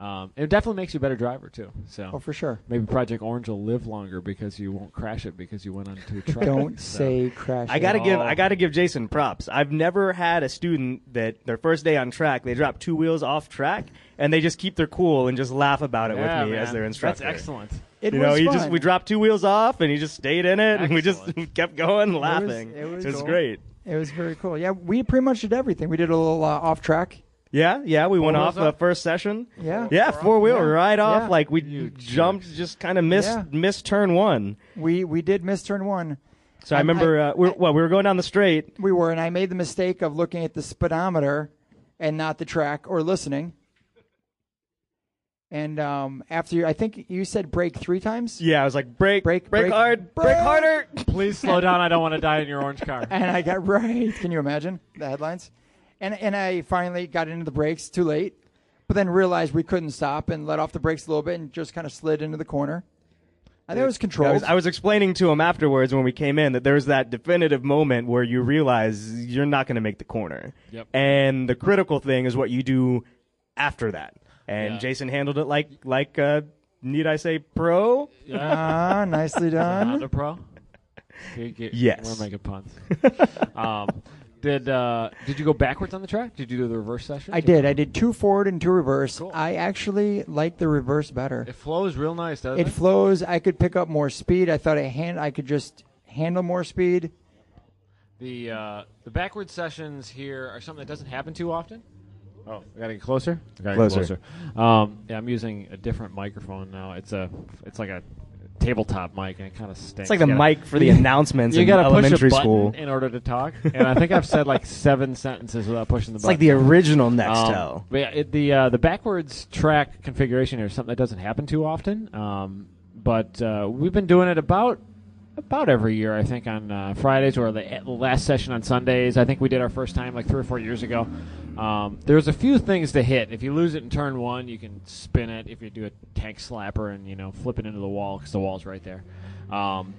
Speaker 2: Um, it definitely makes you a better driver too. So
Speaker 4: Oh, for sure.
Speaker 2: Maybe Project Orange will live longer because you won't crash it because you went onto a truck.
Speaker 4: Don't
Speaker 2: So-
Speaker 4: say crash.
Speaker 1: I gotta
Speaker 4: it.
Speaker 1: give
Speaker 2: Oh.
Speaker 1: I gotta give Jason props. I've never had a student that their first day on track they drop two wheels off track and they just keep their cool and just laugh about it
Speaker 2: Yeah,
Speaker 1: with me
Speaker 2: man.
Speaker 1: as their instructor.
Speaker 2: That's excellent.
Speaker 4: It
Speaker 1: you know,
Speaker 4: was
Speaker 1: he
Speaker 4: fun.
Speaker 1: just we dropped two wheels off and he just stayed in it and we
Speaker 2: Excellent.
Speaker 1: just kept going laughing.
Speaker 4: it was cool.
Speaker 1: great.
Speaker 4: It was very cool. Yeah, we pretty much did everything. We did a little uh, off track.
Speaker 1: Yeah, yeah, we went
Speaker 2: wheels
Speaker 1: off the
Speaker 2: up?
Speaker 1: first session.
Speaker 4: Yeah.
Speaker 1: Yeah, four wheel
Speaker 4: Yeah.
Speaker 1: right off.
Speaker 4: Yeah.
Speaker 1: Like we
Speaker 2: You
Speaker 1: jumped, just kind of missed
Speaker 4: Yeah.
Speaker 1: missed turn one.
Speaker 4: We we did miss turn one.
Speaker 1: So I,
Speaker 4: I'm-
Speaker 1: remember
Speaker 4: I-
Speaker 1: uh, we well we were going down the straight.
Speaker 4: We were, and I made the mistake of looking at the speedometer and not the track or listening. And um, after you, I think you said break three times.
Speaker 1: Yeah, I was like break,
Speaker 4: Break,
Speaker 1: break,
Speaker 4: break,
Speaker 1: hard, break,
Speaker 4: break.
Speaker 1: harder.
Speaker 2: Please slow down. I don't want to die in your orange car.
Speaker 4: And I got right. Can you imagine the headlines? And and I finally got into the brakes too late, but then realized we couldn't stop and let off the brakes a little bit and just kind of slid into the corner. I think it was
Speaker 1: I
Speaker 4: controlled.
Speaker 1: was, I was explaining to him afterwards when we came in that there's that definitive moment where you realize you're not going to make the corner.
Speaker 2: Yep.
Speaker 1: And the critical thing is what you do after that. And
Speaker 2: Yeah.
Speaker 1: Jason handled it like like uh, need I say pro?
Speaker 2: Yeah.
Speaker 4: ah, nicely done.
Speaker 2: Honda Pro. You get-
Speaker 1: Yes.
Speaker 2: We're making puns. um, did uh, Did you go backwards on the track? Did you do the reverse session?
Speaker 4: I did. I did two forward and two reverse.
Speaker 2: Cool.
Speaker 4: I actually like the reverse better.
Speaker 2: It flows real nice, doesn't it?
Speaker 4: It flows. I could pick up more speed. I thought I hand. I could just handle more speed.
Speaker 2: the uh, the backwards sessions here are something that doesn't happen too often. Oh, I gotta get closer. I gotta
Speaker 1: Closer.
Speaker 2: Get closer. Um, yeah, I'm using a different microphone now. It's a, it's like a tabletop mic, and it kind of
Speaker 1: It's
Speaker 2: stinks.
Speaker 1: like the
Speaker 2: You gotta-
Speaker 1: mic for the announcements
Speaker 2: You
Speaker 1: in
Speaker 2: gotta push a
Speaker 1: elementary
Speaker 2: button
Speaker 1: school.
Speaker 2: in order to talk, and I think I've said like seven sentences without pushing the
Speaker 1: It's
Speaker 2: button.
Speaker 1: like the original Nextel.
Speaker 2: Um, but yeah, it, the uh, the backwards track configuration here is something that doesn't happen too often. Um, but uh, we've been doing it about about every year, I think, on uh, Fridays or the the last session on Sundays. I think we did our first time like three or four years ago. Um, there's a few things to hit. If you lose it in turn one, you can spin it. If you do a tank slapper and you know flip it into the wall because the wall's right there. Um,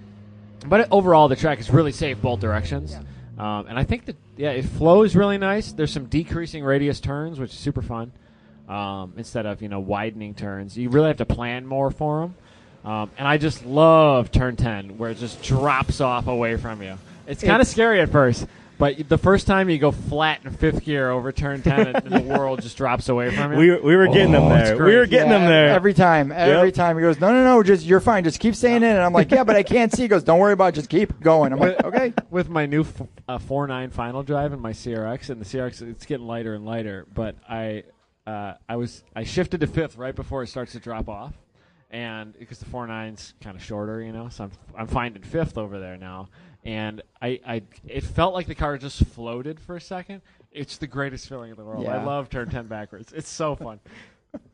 Speaker 2: but overall, the track is really safe both directions. Um, and I think that yeah, it flows really nice. There's some decreasing radius turns, which is super fun. Um, instead of you know widening turns, you really have to plan more for them. Um, and I just love turn ten, where it just drops off away from you. It's kind of
Speaker 4: It's-
Speaker 2: scary at first, but the first time you go flat in fifth gear over turn ten, and, and the world just drops away from you.
Speaker 1: We, we were getting them
Speaker 2: Oh, it's
Speaker 1: there. We
Speaker 2: great.
Speaker 1: were getting
Speaker 4: Yeah,
Speaker 1: them there.
Speaker 4: every time. Every
Speaker 1: Yep.
Speaker 4: time he goes, no, no, no, just you're fine. Just keep saying it. And I'm like, yeah, but I can't see. He goes, don't worry about. it. Just keep going. I'm like, okay.
Speaker 2: with my new f- uh, four nine final drive and my CRX, and the CRX it's getting lighter and lighter. But I uh, I was I shifted to fifth right before it starts to drop off, and because the four nine's kind of shorter, you know, so I'm I'm finding fifth over there now, and I I it felt like the car just floated for a second. It's the greatest feeling in the world. I
Speaker 4: Yeah.
Speaker 2: love turn ten backwards. It's so fun.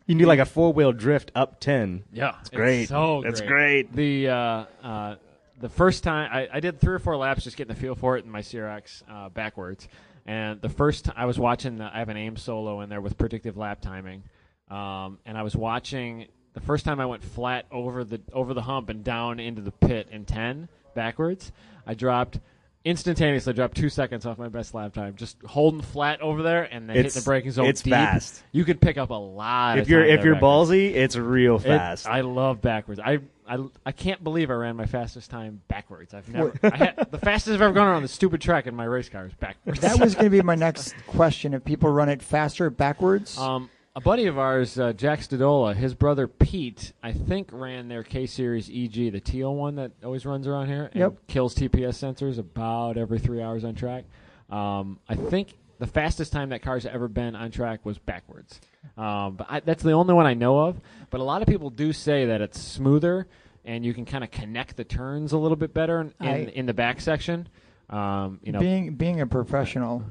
Speaker 1: you need like a four wheel drift up 10.
Speaker 2: Yeah, it's
Speaker 1: great.
Speaker 2: so
Speaker 1: That's great.
Speaker 2: The uh, uh, the first time I, I did three or four laps just getting the feel for it in my CRX uh, backwards, and the first t- I was watching the, I have an aim solo in there with predictive lap timing, um, and I was watching the first time I went flat over the over the hump and down into the pit in ten backwards. I dropped. Instantaneously dropped two seconds off my best lap time, just holding flat over there and then hit
Speaker 1: It's-
Speaker 2: the braking zone.
Speaker 1: it's
Speaker 2: deep.
Speaker 1: fast.
Speaker 2: You could pick up a lot.
Speaker 1: If
Speaker 2: of
Speaker 1: you're
Speaker 2: time
Speaker 1: if
Speaker 2: there
Speaker 1: you're
Speaker 2: backwards.
Speaker 1: ballsy, it's real
Speaker 2: It-
Speaker 1: fast.
Speaker 2: I love backwards. I, I I can't believe I ran my fastest time backwards. I've never I had, the fastest I've ever gone around the stupid track in my race car is backwards.
Speaker 4: That was going to be my next question. If people run it faster backwards,
Speaker 2: um, a buddy of ours, uh, Jack Stadola, his brother Pete, I think ran their K Series EG, the teal one that always runs around here, and
Speaker 4: Yep.
Speaker 2: kills TPS sensors about every three hours on track. Um, I think the fastest time that car's ever been on track was backwards. Um, but I, that's the only one I know of. But a lot of people do say that it's smoother and you can kind of connect the turns a little bit better in, in,
Speaker 4: I-
Speaker 2: in the back section. Um, you know,
Speaker 4: being being a professional,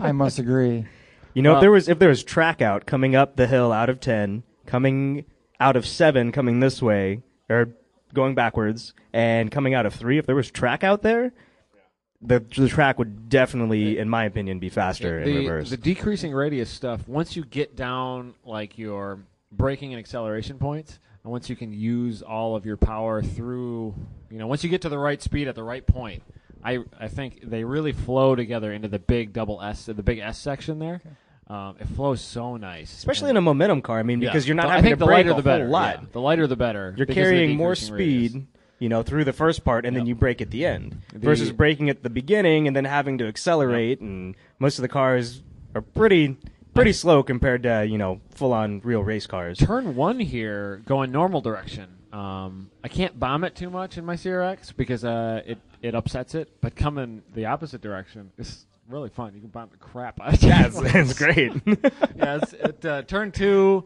Speaker 4: I must agree.
Speaker 1: you know,
Speaker 2: well-
Speaker 1: if there was if there was track out coming up the hill out of 10, coming out of 7 coming this way or going backwards and coming out of 3, if there was track out there, the the track would definitely in my opinion be faster in
Speaker 2: the,
Speaker 1: reverse.
Speaker 2: the decreasing radius stuff, once you get down like your braking and acceleration points, and once you can use all of your power through, you know, once you get to the right speed at the right point, I, I think they really flow together into the big double S, uh, the big S section there. Um, it flows so nice.
Speaker 1: Especially
Speaker 2: And-
Speaker 1: in a momentum car, I mean,
Speaker 2: Yeah.
Speaker 1: because you're not
Speaker 2: But I
Speaker 1: having
Speaker 2: think
Speaker 1: to
Speaker 2: the
Speaker 1: brake
Speaker 2: lighter
Speaker 1: a whole
Speaker 2: the better.
Speaker 1: lot.
Speaker 2: yeah. The lighter the better.
Speaker 1: You're
Speaker 2: because of the
Speaker 1: carrying more
Speaker 2: decreasing radius.
Speaker 1: speed, you know, through the first part, and then you brake at the end versus
Speaker 2: The-
Speaker 1: braking at the beginning and then having to accelerate. And most of the cars are pretty pretty slow compared to you know full on real race cars.
Speaker 2: turn one here going normal direction. Um, I can't bomb it too much in my CRX because uh, it it upsets it. But coming the opposite direction is really fun. You can bomb the crap out of it.
Speaker 1: Yeah, it's, it's great.
Speaker 2: yeah, it's, it, uh, turn two.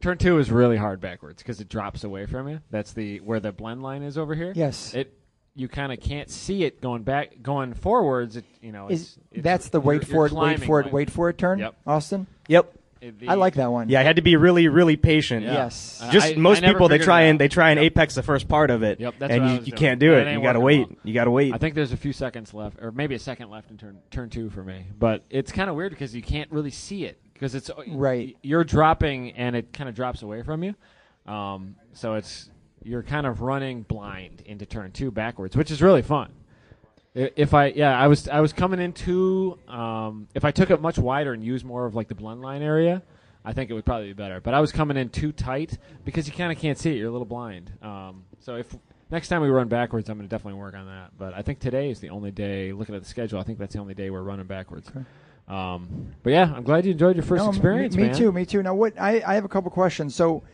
Speaker 2: Turn two is really hard backwards because it drops away from you. That's the where the blend line is over here.
Speaker 4: Yes.
Speaker 2: it you kind of can't see it going back going forwards. It, you know,
Speaker 4: Is
Speaker 2: it's, it's-
Speaker 4: that's the wait
Speaker 2: you're-
Speaker 4: for
Speaker 2: you're
Speaker 4: it, wait
Speaker 2: climbing
Speaker 4: for
Speaker 2: line.
Speaker 4: it, wait for it turn,
Speaker 2: Yep.
Speaker 4: Austin.
Speaker 1: yep.
Speaker 2: It-
Speaker 4: I
Speaker 2: the-
Speaker 4: like that one.
Speaker 1: Yeah, I had to be really really patient.
Speaker 2: Yeah.
Speaker 4: Yes.
Speaker 2: I-
Speaker 1: Just
Speaker 2: I-
Speaker 1: most
Speaker 2: I never
Speaker 1: people they
Speaker 2: figured it
Speaker 1: try
Speaker 2: out.
Speaker 1: and they try and
Speaker 2: Yep.
Speaker 1: apex the first part of it,
Speaker 2: Yep, that's
Speaker 1: and
Speaker 2: what I
Speaker 1: you,
Speaker 2: was
Speaker 1: you
Speaker 2: doing.
Speaker 1: can't do
Speaker 2: That
Speaker 1: it.
Speaker 2: ain't
Speaker 1: You gotta
Speaker 2: working
Speaker 1: wait.
Speaker 2: well.
Speaker 1: You gotta wait.
Speaker 2: I think there's a few seconds left, or maybe a second left in turn turn two for me. But it's kind of weird because you can't really see it because it's
Speaker 4: Right.
Speaker 2: You're dropping, and it kind of drops away from you. Um, so it's you're kind of running blind into turn two backwards, which is really fun. I- If I yeah, I was I was coming into um, if I took it much wider and used more of like the blend line area. I think it would probably be better, but I was coming in too tight because you kind of can't see it. You're a little blind. Um, so if next time we run backwards, I'm going to definitely work on that. But I think today is the only day. Looking at the schedule, I think that's the only day we're running backwards. Um, but yeah, I'm glad you enjoyed your first
Speaker 4: No, m-
Speaker 2: experience.
Speaker 4: Me,
Speaker 2: man.
Speaker 4: too. Me too. Now, what I, I have a couple questions. So,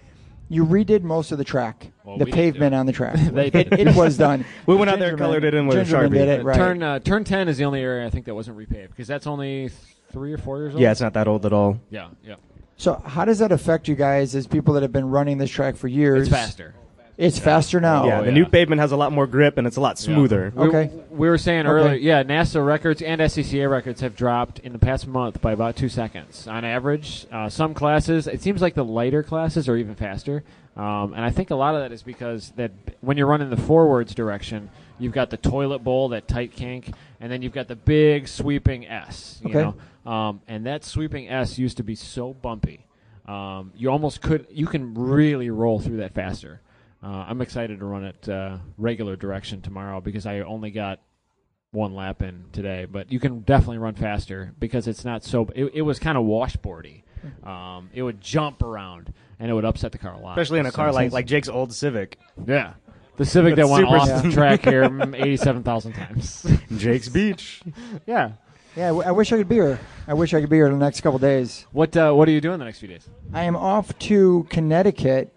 Speaker 4: you redid most of the track,
Speaker 2: Well,
Speaker 4: the
Speaker 2: we didn't do
Speaker 4: pavement
Speaker 2: it.
Speaker 4: on the track.
Speaker 2: They
Speaker 4: it,
Speaker 2: did.
Speaker 4: it was done.
Speaker 1: we went out there,
Speaker 4: Gingerman-
Speaker 1: colored it in with a
Speaker 4: Gingerman
Speaker 2: uh,
Speaker 1: sharpie.
Speaker 4: did it right.
Speaker 2: Turn uh, turn ten is the only area I think that wasn't repaved because that's only three or four years old.
Speaker 1: Yeah, it's not that old at all.
Speaker 2: Yeah. Yeah.
Speaker 4: So how does that affect you guys as people that have been running this track for years?
Speaker 2: It's faster.
Speaker 4: It's faster now.
Speaker 1: yeah, the
Speaker 2: Oh, yeah.
Speaker 1: new pavement has a lot more grip and it's a lot smoother.
Speaker 2: We-
Speaker 4: Okay.
Speaker 2: We, were saying earlier, yeah, NASA records and SCCA records have dropped in the past month by about two seconds on average. Uh, some classes, it seems like the lighter classes are even faster, um, and I think a lot of that is because that when you're running the forwards direction, you've got the toilet bowl, that tight kink, and then you've got the big sweeping S. You
Speaker 4: Okay.
Speaker 2: know, um, and that sweeping S used to be so bumpy. Um, you almost could. You can really roll through that faster. Uh, I'm excited to run it uh, regular direction tomorrow because I only got one lap in today. But you can definitely run faster because it's not so. It, it was kind of washboardy. Um, it would jump around and it would upset the car a lot,
Speaker 1: Especially in a
Speaker 2: So-
Speaker 1: car like like Jake's old Civic.
Speaker 2: yeah, the Civic that
Speaker 1: That's
Speaker 2: went
Speaker 1: super
Speaker 2: off
Speaker 1: s-
Speaker 2: the track here eighty-seven thousand times.
Speaker 1: Jake's Beach.
Speaker 2: yeah.
Speaker 4: Yeah, I w- I wish I could be here. I wish I could be here in the next couple days.
Speaker 2: What uh, What are you doing the next few days?
Speaker 4: I am off to Connecticut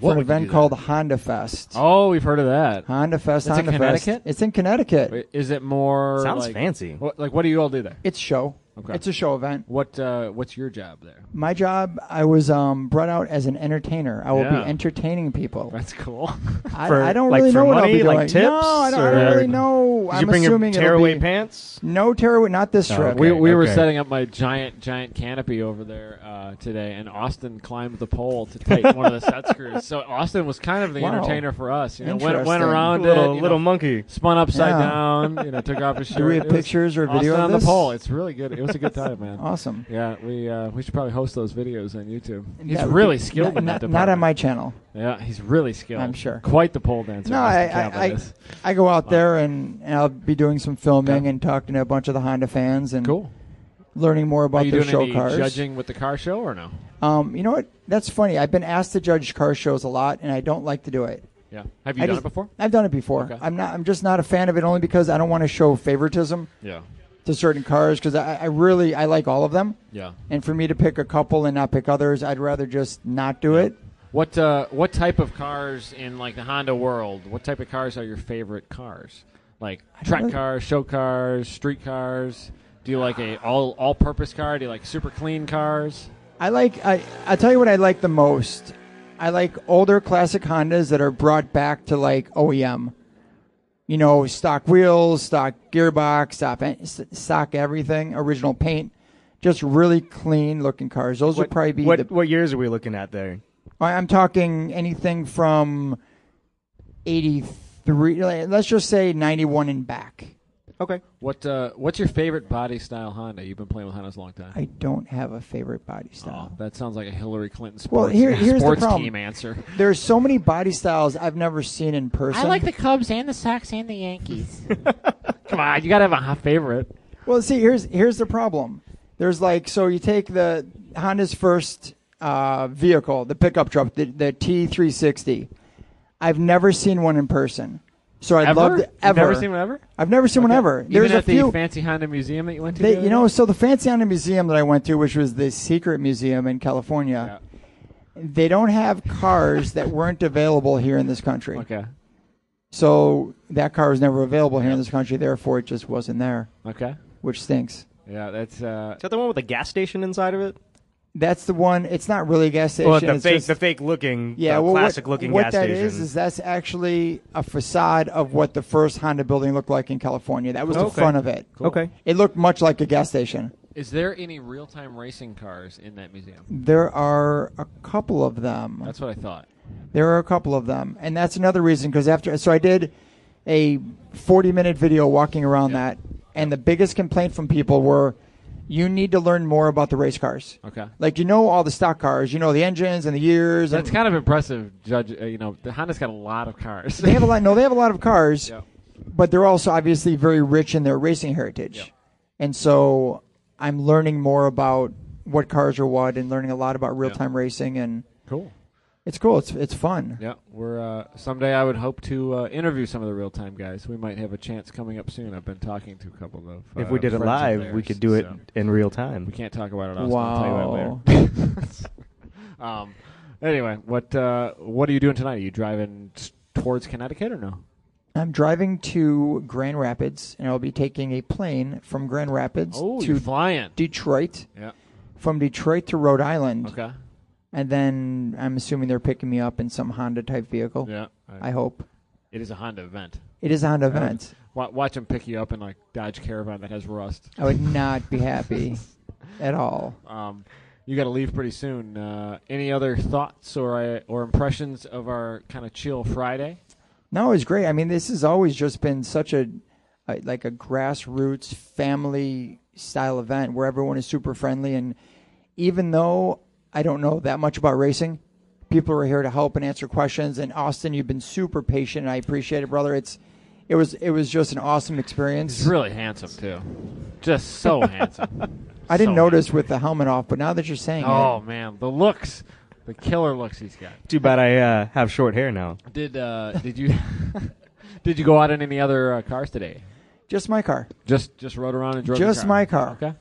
Speaker 2: What
Speaker 4: for
Speaker 2: would
Speaker 4: an
Speaker 2: you
Speaker 4: event
Speaker 2: do
Speaker 4: called Honda Fest.
Speaker 2: Oh, we've heard of that.
Speaker 4: Honda Fest.
Speaker 2: That's in
Speaker 4: Honda
Speaker 2: Connecticut?
Speaker 4: Fest. It's in Connecticut.
Speaker 2: Wait, Is it more
Speaker 1: Sounds
Speaker 2: like-
Speaker 1: fancy.
Speaker 2: What, like, what do you all do there?
Speaker 4: It's show.
Speaker 2: Okay.
Speaker 4: It's a show event.
Speaker 2: What uh, What's your job there?
Speaker 4: My job, I was um, brought out as an entertainer. I will
Speaker 2: Yeah.
Speaker 4: be entertaining people.
Speaker 2: That's cool.
Speaker 4: I,
Speaker 1: For-
Speaker 4: I don't
Speaker 1: like
Speaker 4: really
Speaker 1: for
Speaker 4: know what I'll
Speaker 1: money,
Speaker 4: be
Speaker 1: like
Speaker 4: doing.
Speaker 1: tips,
Speaker 4: no, I don't, I don't
Speaker 1: or-
Speaker 4: really know.
Speaker 1: Did
Speaker 4: I'm
Speaker 1: you bring your
Speaker 4: assuming it'll
Speaker 1: tearaway
Speaker 4: be-
Speaker 1: pants?
Speaker 4: No tearaway, not this
Speaker 1: Oh,
Speaker 4: trip.
Speaker 1: okay.
Speaker 2: we we were
Speaker 1: okay.
Speaker 2: setting up my giant giant canopy over there uh, today, and Austin climbed the pole to take one of the set screws. So Austin was kind of the
Speaker 4: Wow.
Speaker 2: entertainer for us. You know, went went
Speaker 4: Interesting.
Speaker 2: around it,
Speaker 1: Little
Speaker 2: you know,
Speaker 1: little monkey.
Speaker 2: spun upside
Speaker 4: Yeah.
Speaker 2: down. You know, took off his shirt.
Speaker 4: Do we have
Speaker 2: It was
Speaker 4: pictures or
Speaker 2: Austin
Speaker 4: video of
Speaker 2: on
Speaker 4: this? Oh.
Speaker 2: the pole? It's really good. It was a good time, man.
Speaker 4: Awesome.
Speaker 2: Yeah, we uh, we should probably host those videos on YouTube. He's
Speaker 4: That would
Speaker 2: really
Speaker 4: be-
Speaker 2: skilled
Speaker 4: not,
Speaker 2: in that
Speaker 4: not- Not on
Speaker 2: department.
Speaker 4: my channel.
Speaker 2: Yeah, he's really skilled.
Speaker 4: I'm sure.
Speaker 2: Quite the pole dancer.
Speaker 4: No, I,
Speaker 2: Austin
Speaker 4: I,
Speaker 2: Kaplan
Speaker 4: I,
Speaker 2: is.
Speaker 4: I go out there and, and I'll be doing some filming
Speaker 2: Okay.
Speaker 4: and talking to a bunch of the Honda fans and
Speaker 2: cool.
Speaker 4: learning more
Speaker 2: Are
Speaker 4: about
Speaker 2: you
Speaker 4: their
Speaker 2: doing
Speaker 4: show
Speaker 2: any
Speaker 4: cars.
Speaker 2: judging with the car show or no?
Speaker 4: Um, you know what? That's funny. I've been asked to judge car shows a lot, and I don't like to do it.
Speaker 2: Yeah. Have you
Speaker 4: I
Speaker 2: done
Speaker 4: just-
Speaker 2: it before?
Speaker 4: I've done it before.
Speaker 2: Okay.
Speaker 4: I'm not. I'm just not a fan of it, only because I don't want to show favoritism
Speaker 2: Yeah.
Speaker 4: to certain cars. Because I, I really I like all of them,
Speaker 2: Yeah.
Speaker 4: and for me to pick a couple and not pick others, I'd rather just not do it.
Speaker 2: What uh, what type of cars in like the Honda world? What type of cars are your favorite cars? Like track
Speaker 4: really-
Speaker 2: cars, show cars, street cars. Do you like a all all purpose car? Do you like super clean cars?
Speaker 4: I like. I I tell you what I like the most. I like older classic Hondas that are brought back to like OEM. You know, stock wheels, stock gearbox, stock eh, stock everything, original paint. Just really clean looking cars. Those would probably be
Speaker 1: what
Speaker 4: the
Speaker 1: what years are we looking at there?
Speaker 4: I- I'm talking anything from 83, like, let's just say 91 and back.
Speaker 1: Okay.
Speaker 2: What uh, what's your favorite body style Honda? You've been playing with Hondas a long time.
Speaker 4: I don't have a favorite body style.
Speaker 2: Oh, that sounds like a Hillary Clinton sports,
Speaker 4: Well, here- here's the
Speaker 2: sports
Speaker 4: problem.
Speaker 2: team answer.
Speaker 1: Oh.
Speaker 4: There's so many body styles I've never seen in person.
Speaker 2: Cubs and the Sox and the Yankees. Come on, you gotta have a hot favorite.
Speaker 4: Well, see, here's here's the problem. There's like so you take the Honda's first uh, vehicle, the pickup truck, the, the T360. I've never seen one in person, so I'd
Speaker 2: Ever?
Speaker 4: love to,
Speaker 2: You've
Speaker 4: ever.
Speaker 2: Never seen one ever.
Speaker 4: I've never seen one ever. There's
Speaker 2: Even
Speaker 4: a
Speaker 2: at
Speaker 4: few.
Speaker 2: the fancy Honda museum that you went to. the
Speaker 4: They,
Speaker 2: other
Speaker 4: you know,
Speaker 2: day?
Speaker 4: so the Fancy Honda Museum that I went to, which was the secret museum in California, they don't have cars that weren't available here in this country.
Speaker 2: Okay.
Speaker 4: So that car was never available here in this country, therefore it just wasn't there,
Speaker 2: Okay.
Speaker 4: which stinks.
Speaker 2: Yeah, that's uh,
Speaker 1: Is that the one with the gas station inside of it?
Speaker 4: That's the one. It's not really a gas station.
Speaker 1: Well, the
Speaker 4: it's
Speaker 1: fake,
Speaker 4: just-
Speaker 1: the fake looking,
Speaker 4: yeah,
Speaker 1: the
Speaker 4: well,
Speaker 1: classic
Speaker 4: what,
Speaker 1: looking
Speaker 4: what
Speaker 1: gas
Speaker 4: that
Speaker 1: station.
Speaker 4: is, is that's actually a facade of what the first Honda building looked like in California. That was the
Speaker 1: Okay.
Speaker 4: front of it.
Speaker 1: okay.
Speaker 4: It looked much like a gas station.
Speaker 2: Is there any real time racing cars in that
Speaker 1: Mm.
Speaker 2: museum?
Speaker 4: There are a couple of them.
Speaker 2: That's what I thought.
Speaker 4: There are a couple of them, and that's another reason because after so I did a 40 minute video walking around that, and the biggest complaint from people were, you need to learn more about the race cars.
Speaker 2: Okay.
Speaker 4: Like you know all the stock cars, you know the engines and the years.
Speaker 2: That's
Speaker 4: and
Speaker 2: kind of impressive, Judge. Uh, you know, the Honda's got a lot of cars.
Speaker 4: they have a lot. No, they have a lot of cars,
Speaker 2: Yeah.
Speaker 4: but they're also obviously very rich in their racing heritage,
Speaker 2: Yeah.
Speaker 4: and so I'm learning more about what cars are what, and learning a lot about real time racing, and
Speaker 2: cool.
Speaker 4: it's cool. It's it's fun.
Speaker 2: Yeah, we're uh, someday. I would hope to uh, interview some of the real time guys. We might have a chance coming up soon. I've been talking to a couple of. Uh,
Speaker 1: If we did it
Speaker 2: friends of
Speaker 1: live, we
Speaker 2: theirs,
Speaker 1: could do it
Speaker 2: so.
Speaker 1: in real time.
Speaker 2: We can't talk about it. Austin. I'll tell you that later. um, anyway, what uh, what are you doing tonight? Are you driving s- towards Connecticut or no?
Speaker 4: I'm driving to Grand Rapids, and I'll be taking a plane from Grand Rapids
Speaker 2: Oh,
Speaker 4: to
Speaker 2: you're flying.
Speaker 4: Detroit,
Speaker 2: Yeah.
Speaker 4: from Detroit to Rhode Island,
Speaker 2: Okay.
Speaker 4: and then I'm assuming they're picking me up in some Honda type vehicle.
Speaker 2: Yeah.
Speaker 4: I hope
Speaker 2: It is a Honda event.
Speaker 4: it is a Honda event.
Speaker 2: Wa watch him pick you up in like Dodge Caravan that has rust.
Speaker 4: I would not be happy at all.
Speaker 2: Um, you got to leave pretty soon. Uh, any other thoughts or uh, or impressions of our kind of chill Friday?
Speaker 4: No, it's great. I mean, this has always just been such a, a like a grassroots family style event where everyone is super friendly and even though I don't know that much about racing, people are here to help and answer questions and Austin, you've been super patient and I appreciate it, brother. It's it was it was just an awesome experience.
Speaker 2: He's really handsome too, just so handsome.
Speaker 4: I didn't
Speaker 2: so
Speaker 4: notice with the helmet off, but now that you're saying
Speaker 2: Oh man, the looks, the killer looks he's got.
Speaker 1: Too bad I uh, have short hair now.
Speaker 2: Did uh, did you did you go out in any other uh, cars today?
Speaker 4: it, just my car.
Speaker 2: Just just rode around and drove.
Speaker 4: Just
Speaker 2: your car.
Speaker 4: my car.
Speaker 2: Okay.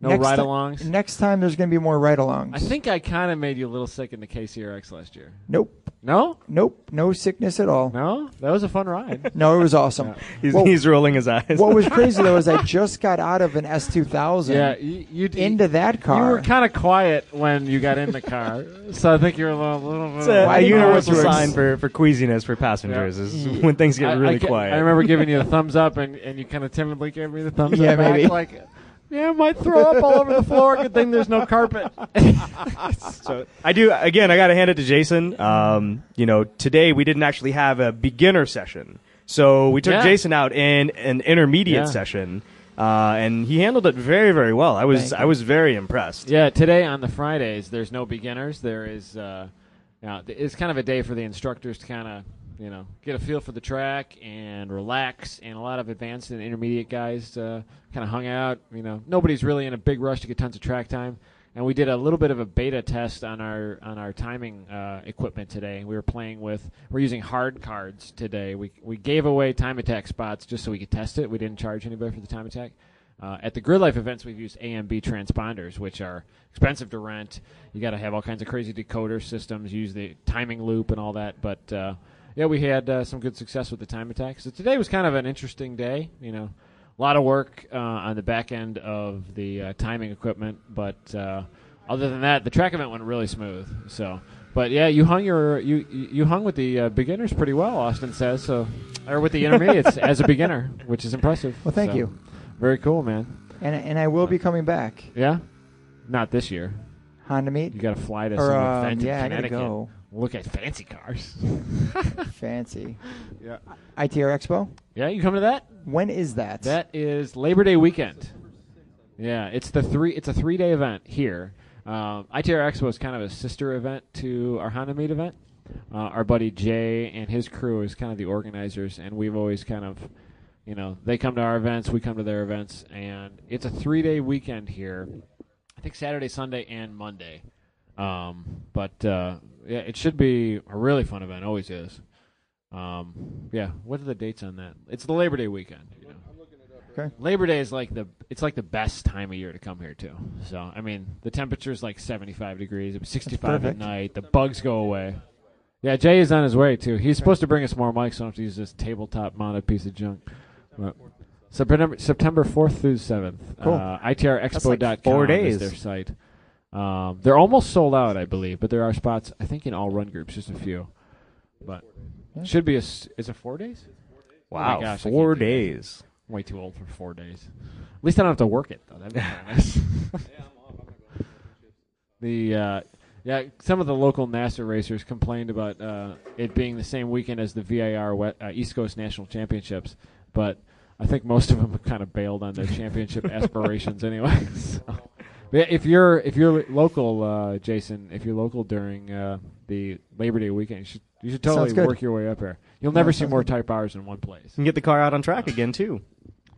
Speaker 2: No
Speaker 4: Next ti-
Speaker 2: ride-alongs.
Speaker 4: Next time there's going to be more ride-alongs.
Speaker 2: I think I kind of made you a little sick in the KCRX last year.
Speaker 4: Nope.
Speaker 2: No,
Speaker 4: Nope. No sickness at all.
Speaker 2: no, that was a fun ride.
Speaker 4: No, it was awesome.
Speaker 1: He's,
Speaker 4: Well-
Speaker 1: he's rolling his eyes.
Speaker 4: what was crazy though is I just got out of an S2000
Speaker 2: yeah, you, you d-
Speaker 4: into that car.
Speaker 2: You were kind of quiet when you got in the car, so I think you're a little, little bit.
Speaker 1: It's a,
Speaker 4: Why
Speaker 1: a
Speaker 4: do you
Speaker 1: universal
Speaker 4: always-
Speaker 1: sign for, for queasiness for passengers
Speaker 2: Yeah.
Speaker 1: is when things get really
Speaker 2: I, ca-
Speaker 1: quiet.
Speaker 2: I remember giving you the thumbs up, and, and you kind of timidly gave me the thumbs
Speaker 4: Yeah,
Speaker 2: up. back,
Speaker 4: maybe.
Speaker 2: Like, yeah, I might throw up all over the floor. Good thing there's no carpet.
Speaker 1: so I do again. I got to hand it to Jason. Um, you know, today we didn't actually have a beginner session, so we took
Speaker 2: Yeah.
Speaker 1: Jason out in an intermediate
Speaker 2: Yeah.
Speaker 1: session, uh, and he handled it very, very well. I was
Speaker 4: Thank
Speaker 1: I was very impressed.
Speaker 2: yeah, today on the Fridays, there's no beginners. There is, uh, you know, th- it's kind of a day for the instructors to kind of, you know, get a feel for the track and relax. And a lot of advanced and intermediate guys uh, kind of hung out. You know, nobody's really in a big rush to get tons of track time. And we did a little bit of a beta test on our on our timing uh, equipment today. We were playing with we're using hard cards today. We we gave away time attack spots just so we could test it. We didn't charge anybody for the time attack. Uh, at the Grid Life events, we've used AMB transponders, which are expensive to rent. You got to have all kinds of crazy decoder systems, use the timing loop and all that. But uh, yeah, we had uh, some good success with the time attack. So today was kind of an interesting day. You know, a lot of work uh, on the back end of the uh, timing equipment, but uh, other than that, the track event went really smooth. So, but yeah, you hung your you you you hung with the uh, beginners pretty well. Austin says so, or with the intermediates as a beginner, which is impressive.
Speaker 4: Well, thank
Speaker 2: So,
Speaker 4: you.
Speaker 2: Very cool, man.
Speaker 4: and and I will be coming back.
Speaker 2: Yeah, not this year.
Speaker 4: Honda meet
Speaker 2: You got to fly to
Speaker 4: or
Speaker 2: some
Speaker 4: um,
Speaker 2: event
Speaker 4: yeah,
Speaker 2: in
Speaker 4: I gotta
Speaker 2: Connecticut.
Speaker 4: go.
Speaker 2: Look at fancy cars.
Speaker 4: Fancy.
Speaker 2: Yeah.
Speaker 4: ITR Expo.
Speaker 2: yeah, you coming to that?
Speaker 4: When is that?
Speaker 2: That is Labor Day weekend. Yeah, it's the three. It's a three-day event here. Um, ITR Expo is kind of a sister event to our Honda Meet event. Uh, our buddy Jay and his crew is kind of the organizers, and we've always kind of, you know, they come to our events, we come to their events, and it's a three-day weekend here. I think Saturday, Sunday, and Monday. Um, but uh, yeah, it should be a really fun event. Always is. Um, yeah. What are the dates on that? It's the Labor Day weekend. You know.
Speaker 4: Okay.
Speaker 2: Labor Day is like the it's like the best time of year to come here too. So I mean, the temperature's like 75 degrees, it was 65 at
Speaker 4: perfect.
Speaker 2: night. The bugs go away. Yeah, Jay is on his way too. He's supposed to bring us more mics. So I don't have to use this tabletop mounted piece of junk. But September September 4th through 7th.
Speaker 4: Cool.
Speaker 2: Uh, ITRExpo.com
Speaker 1: That's like four days.
Speaker 2: is their site. Um, they're almost sold out, I believe, but there are spots. I think in all run groups, just a few. But should be a. s- Is it four days?
Speaker 1: Wow,
Speaker 2: my gosh, I can't
Speaker 1: four
Speaker 2: do that.
Speaker 1: days.
Speaker 2: Way too old for four days. At least I don't have to work it though. That'd be kind of nice. the uh, yeah, some of the local NASA racers complained about uh, it being the same weekend as the VIR we- uh, East Coast National Championships, but I think most of them kind of bailed on their championship aspirations anyway. So. But yeah, if you're if you're local, uh, Jason, if you're local during uh, the Labor Day weekend, you should you should
Speaker 4: Sounds
Speaker 2: totally
Speaker 4: good.
Speaker 2: work your way up here. You'll never see
Speaker 4: sounds
Speaker 2: more
Speaker 4: good.
Speaker 2: type R's in one place.
Speaker 1: You can get the car out on track again too.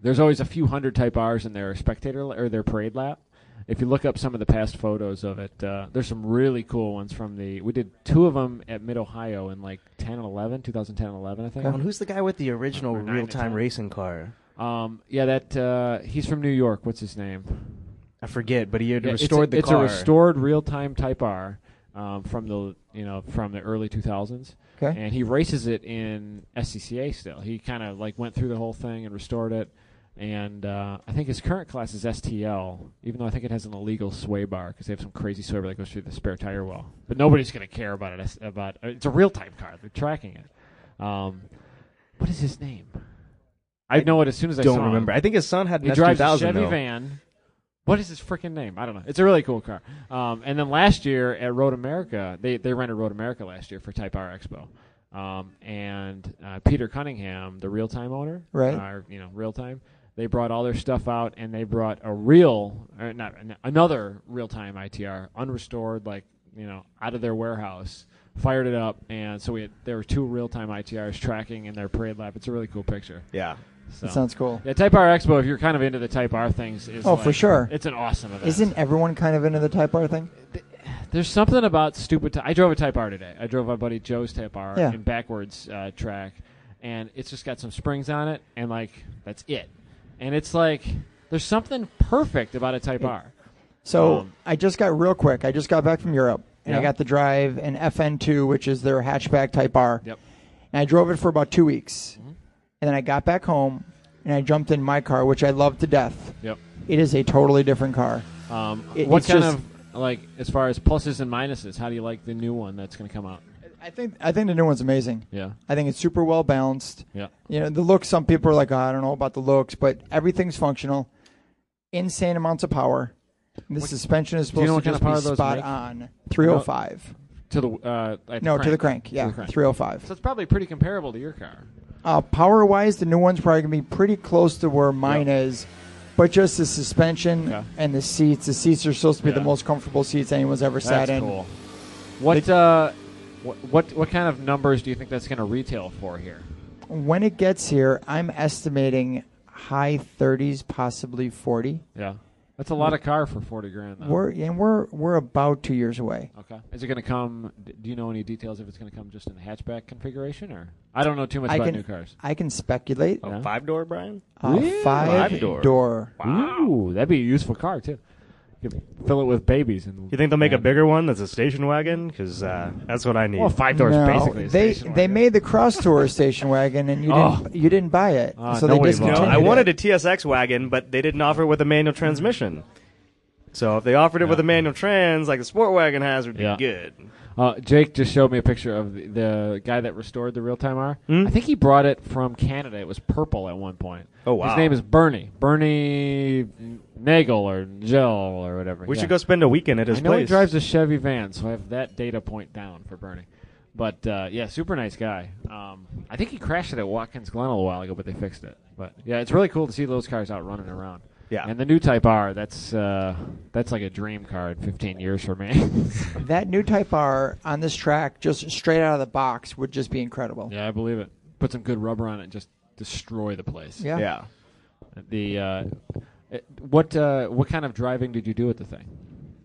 Speaker 2: There's always a few hundred Type R's in their spectator la- or their parade lap. If you look up some of the past photos of it, uh, there's some really cool ones from the. We did two of them at Mid Ohio in like 10 and 11, 2010 and 11, I think.
Speaker 1: who's the guy with the original
Speaker 2: Or nine and ten.
Speaker 1: racing car?
Speaker 2: Um, yeah, that uh, he's from New York. What's his name?
Speaker 1: I forget, but he had
Speaker 2: Yeah, it's a-
Speaker 1: restored the
Speaker 2: it's
Speaker 1: car.
Speaker 2: a restored real time Type R. um, from the you know from the early 2000s.
Speaker 4: Okay.
Speaker 2: And he races it in SCCA still. He kind of like went through the whole thing and restored it. And uh, I think his current class is STL, even though I think it has an illegal sway bar because they have some crazy sway bar that goes through the spare tire well. But nobody's going to care about it. It's- About uh, it's a real time car. They're tracking it. Um, what is his name? I know it as soon as I
Speaker 1: don't
Speaker 2: saw him.
Speaker 1: remember. I think his son had an
Speaker 2: He drives a
Speaker 1: S2000
Speaker 2: Chevy
Speaker 1: though.
Speaker 2: van. What is his freaking name? I don't know. It's a really cool car. Um, and then last year at Road America, they, they rented Road America last year for Type R Expo. Um, and uh, Peter Cunningham, the real time owner,
Speaker 4: Right.
Speaker 2: uh, you know, real time, they brought all their stuff out and they brought a real, or not another real time ITR, unrestored, like, you know, out of their warehouse, fired it up. And so we had, there were two real time ITRs tracking in their parade lap. It's a really cool picture.
Speaker 1: Yeah.
Speaker 2: So.
Speaker 4: That sounds cool.
Speaker 2: Yeah, Type R Expo. If you're kind of into the Type R things, is
Speaker 4: Oh,
Speaker 2: like-
Speaker 4: for sure.
Speaker 2: it's an awesome event.
Speaker 4: Isn't everyone kind of into the Type R thing?
Speaker 2: There's something about stupid. Ty- I drove a Type R today. I drove my buddy Joe's Type R
Speaker 4: Yeah.
Speaker 2: in backwards uh, track, and it's just got some springs on it, and like that's it. And it's like there's something perfect about a Type R.
Speaker 4: So
Speaker 2: Um,
Speaker 4: I just got real quick. I just got back from Europe, and I
Speaker 2: Yeah.
Speaker 4: got to drive an FN2, which is their hatchback Type R.
Speaker 2: Yep. Mm-hmm.
Speaker 4: And I drove it for about two weeks, and then I got back home, and I jumped in my car, which I love to death.
Speaker 2: Yep.
Speaker 4: It is a totally different car.
Speaker 2: Um,
Speaker 4: It-
Speaker 2: what
Speaker 4: it's
Speaker 2: kind
Speaker 4: just-
Speaker 2: of like as far as pluses and minuses? How do you like the new one that's going to come out?
Speaker 4: I think I think the new one's amazing.
Speaker 2: Yeah.
Speaker 4: I think it's super well balanced.
Speaker 2: Yeah.
Speaker 4: You know, the looks. Some people are like, oh, I don't know about the looks, but everything's functional. Insane amounts of power. The suspension is
Speaker 2: do you
Speaker 4: supposed
Speaker 2: know
Speaker 4: to
Speaker 2: what kind
Speaker 4: just
Speaker 2: of power
Speaker 4: be
Speaker 2: those
Speaker 4: spot
Speaker 2: make?
Speaker 4: on. 305.
Speaker 2: To the uh, like
Speaker 4: No, to the crank. Yeah,
Speaker 2: the crank.
Speaker 4: 305.
Speaker 2: So it's probably pretty comparable to your car.
Speaker 4: Uh, power wise, the new one's probably gonna be pretty close to where mine
Speaker 2: Yeah.
Speaker 4: is, but just the suspension
Speaker 2: Yeah.
Speaker 4: and the seats. The seats are supposed to be the
Speaker 2: Yeah.
Speaker 4: most comfortable seats anyone's ever sat
Speaker 2: That's
Speaker 4: in.
Speaker 2: cool. What uh, what what what kind of numbers do you think that's going to retail for here?
Speaker 4: When it gets here, I'm estimating high 30s, possibly 40.
Speaker 2: Yeah, that's a lot of car for forty grand. Though.
Speaker 4: We're and we're we're about two years away.
Speaker 2: Oh. okay. Is it going to come? d- Do you know any details if it's going to come just in the hatchback configuration or? I don't know too much
Speaker 4: I
Speaker 2: about
Speaker 4: can
Speaker 2: new cars.
Speaker 4: I can speculate.
Speaker 2: Yeah.
Speaker 1: Five door, Brian?
Speaker 4: Uh,
Speaker 2: Really?
Speaker 4: five,
Speaker 1: Five door.
Speaker 4: door.
Speaker 2: Ooh, that'd be a useful car too. You could fill it with babies and.
Speaker 1: You think they'll make a bigger one that's a station wagon? Because uh, that's what I need.
Speaker 2: Well, five doors
Speaker 4: No,
Speaker 2: basically. a
Speaker 4: they
Speaker 2: station
Speaker 4: they
Speaker 2: wagon.
Speaker 4: made the cross tour station wagon and you
Speaker 2: Oh.
Speaker 4: didn't you didn't buy it,
Speaker 2: Ah,
Speaker 4: so they
Speaker 2: nobody bought it.
Speaker 1: no,
Speaker 4: discontinued.
Speaker 1: I
Speaker 4: it.
Speaker 1: wanted a TSX wagon, but they didn't offer it with a manual transmission. So if they offered it with
Speaker 2: Mm-hmm. Yeah.
Speaker 1: a manual trans, like the sport wagon has, it would be
Speaker 2: Yeah.
Speaker 1: good.
Speaker 2: Uh, Jake just showed me a picture of the, the guy that restored the real time R. I
Speaker 1: Hmm?
Speaker 2: think he brought it from Canada. It was purple at one point.
Speaker 1: Oh, wow.
Speaker 2: His name is Bernie. Bernie Nagel or Gel or whatever.
Speaker 1: We
Speaker 2: Yeah.
Speaker 1: should go spend a weekend at his
Speaker 2: I know
Speaker 1: place.
Speaker 2: he drives a Chevy van, so I have that data point down for Bernie. But uh, yeah, super nice guy. Um, I think he crashed it at Watkins Glen a little while ago, but they fixed it. But yeah, it's really cool to see those cars out running around.
Speaker 1: Yeah.
Speaker 2: And the new Type R, that's uh, that's like a dream car in 15 years for me.
Speaker 4: That new Type R on this track, just straight out of the box, would just be incredible.
Speaker 2: Yeah, I believe it. Put some good rubber on it and just destroy the place.
Speaker 4: Yeah.
Speaker 1: yeah.
Speaker 2: The uh, it- what uh, what kind of driving did you do with the thing?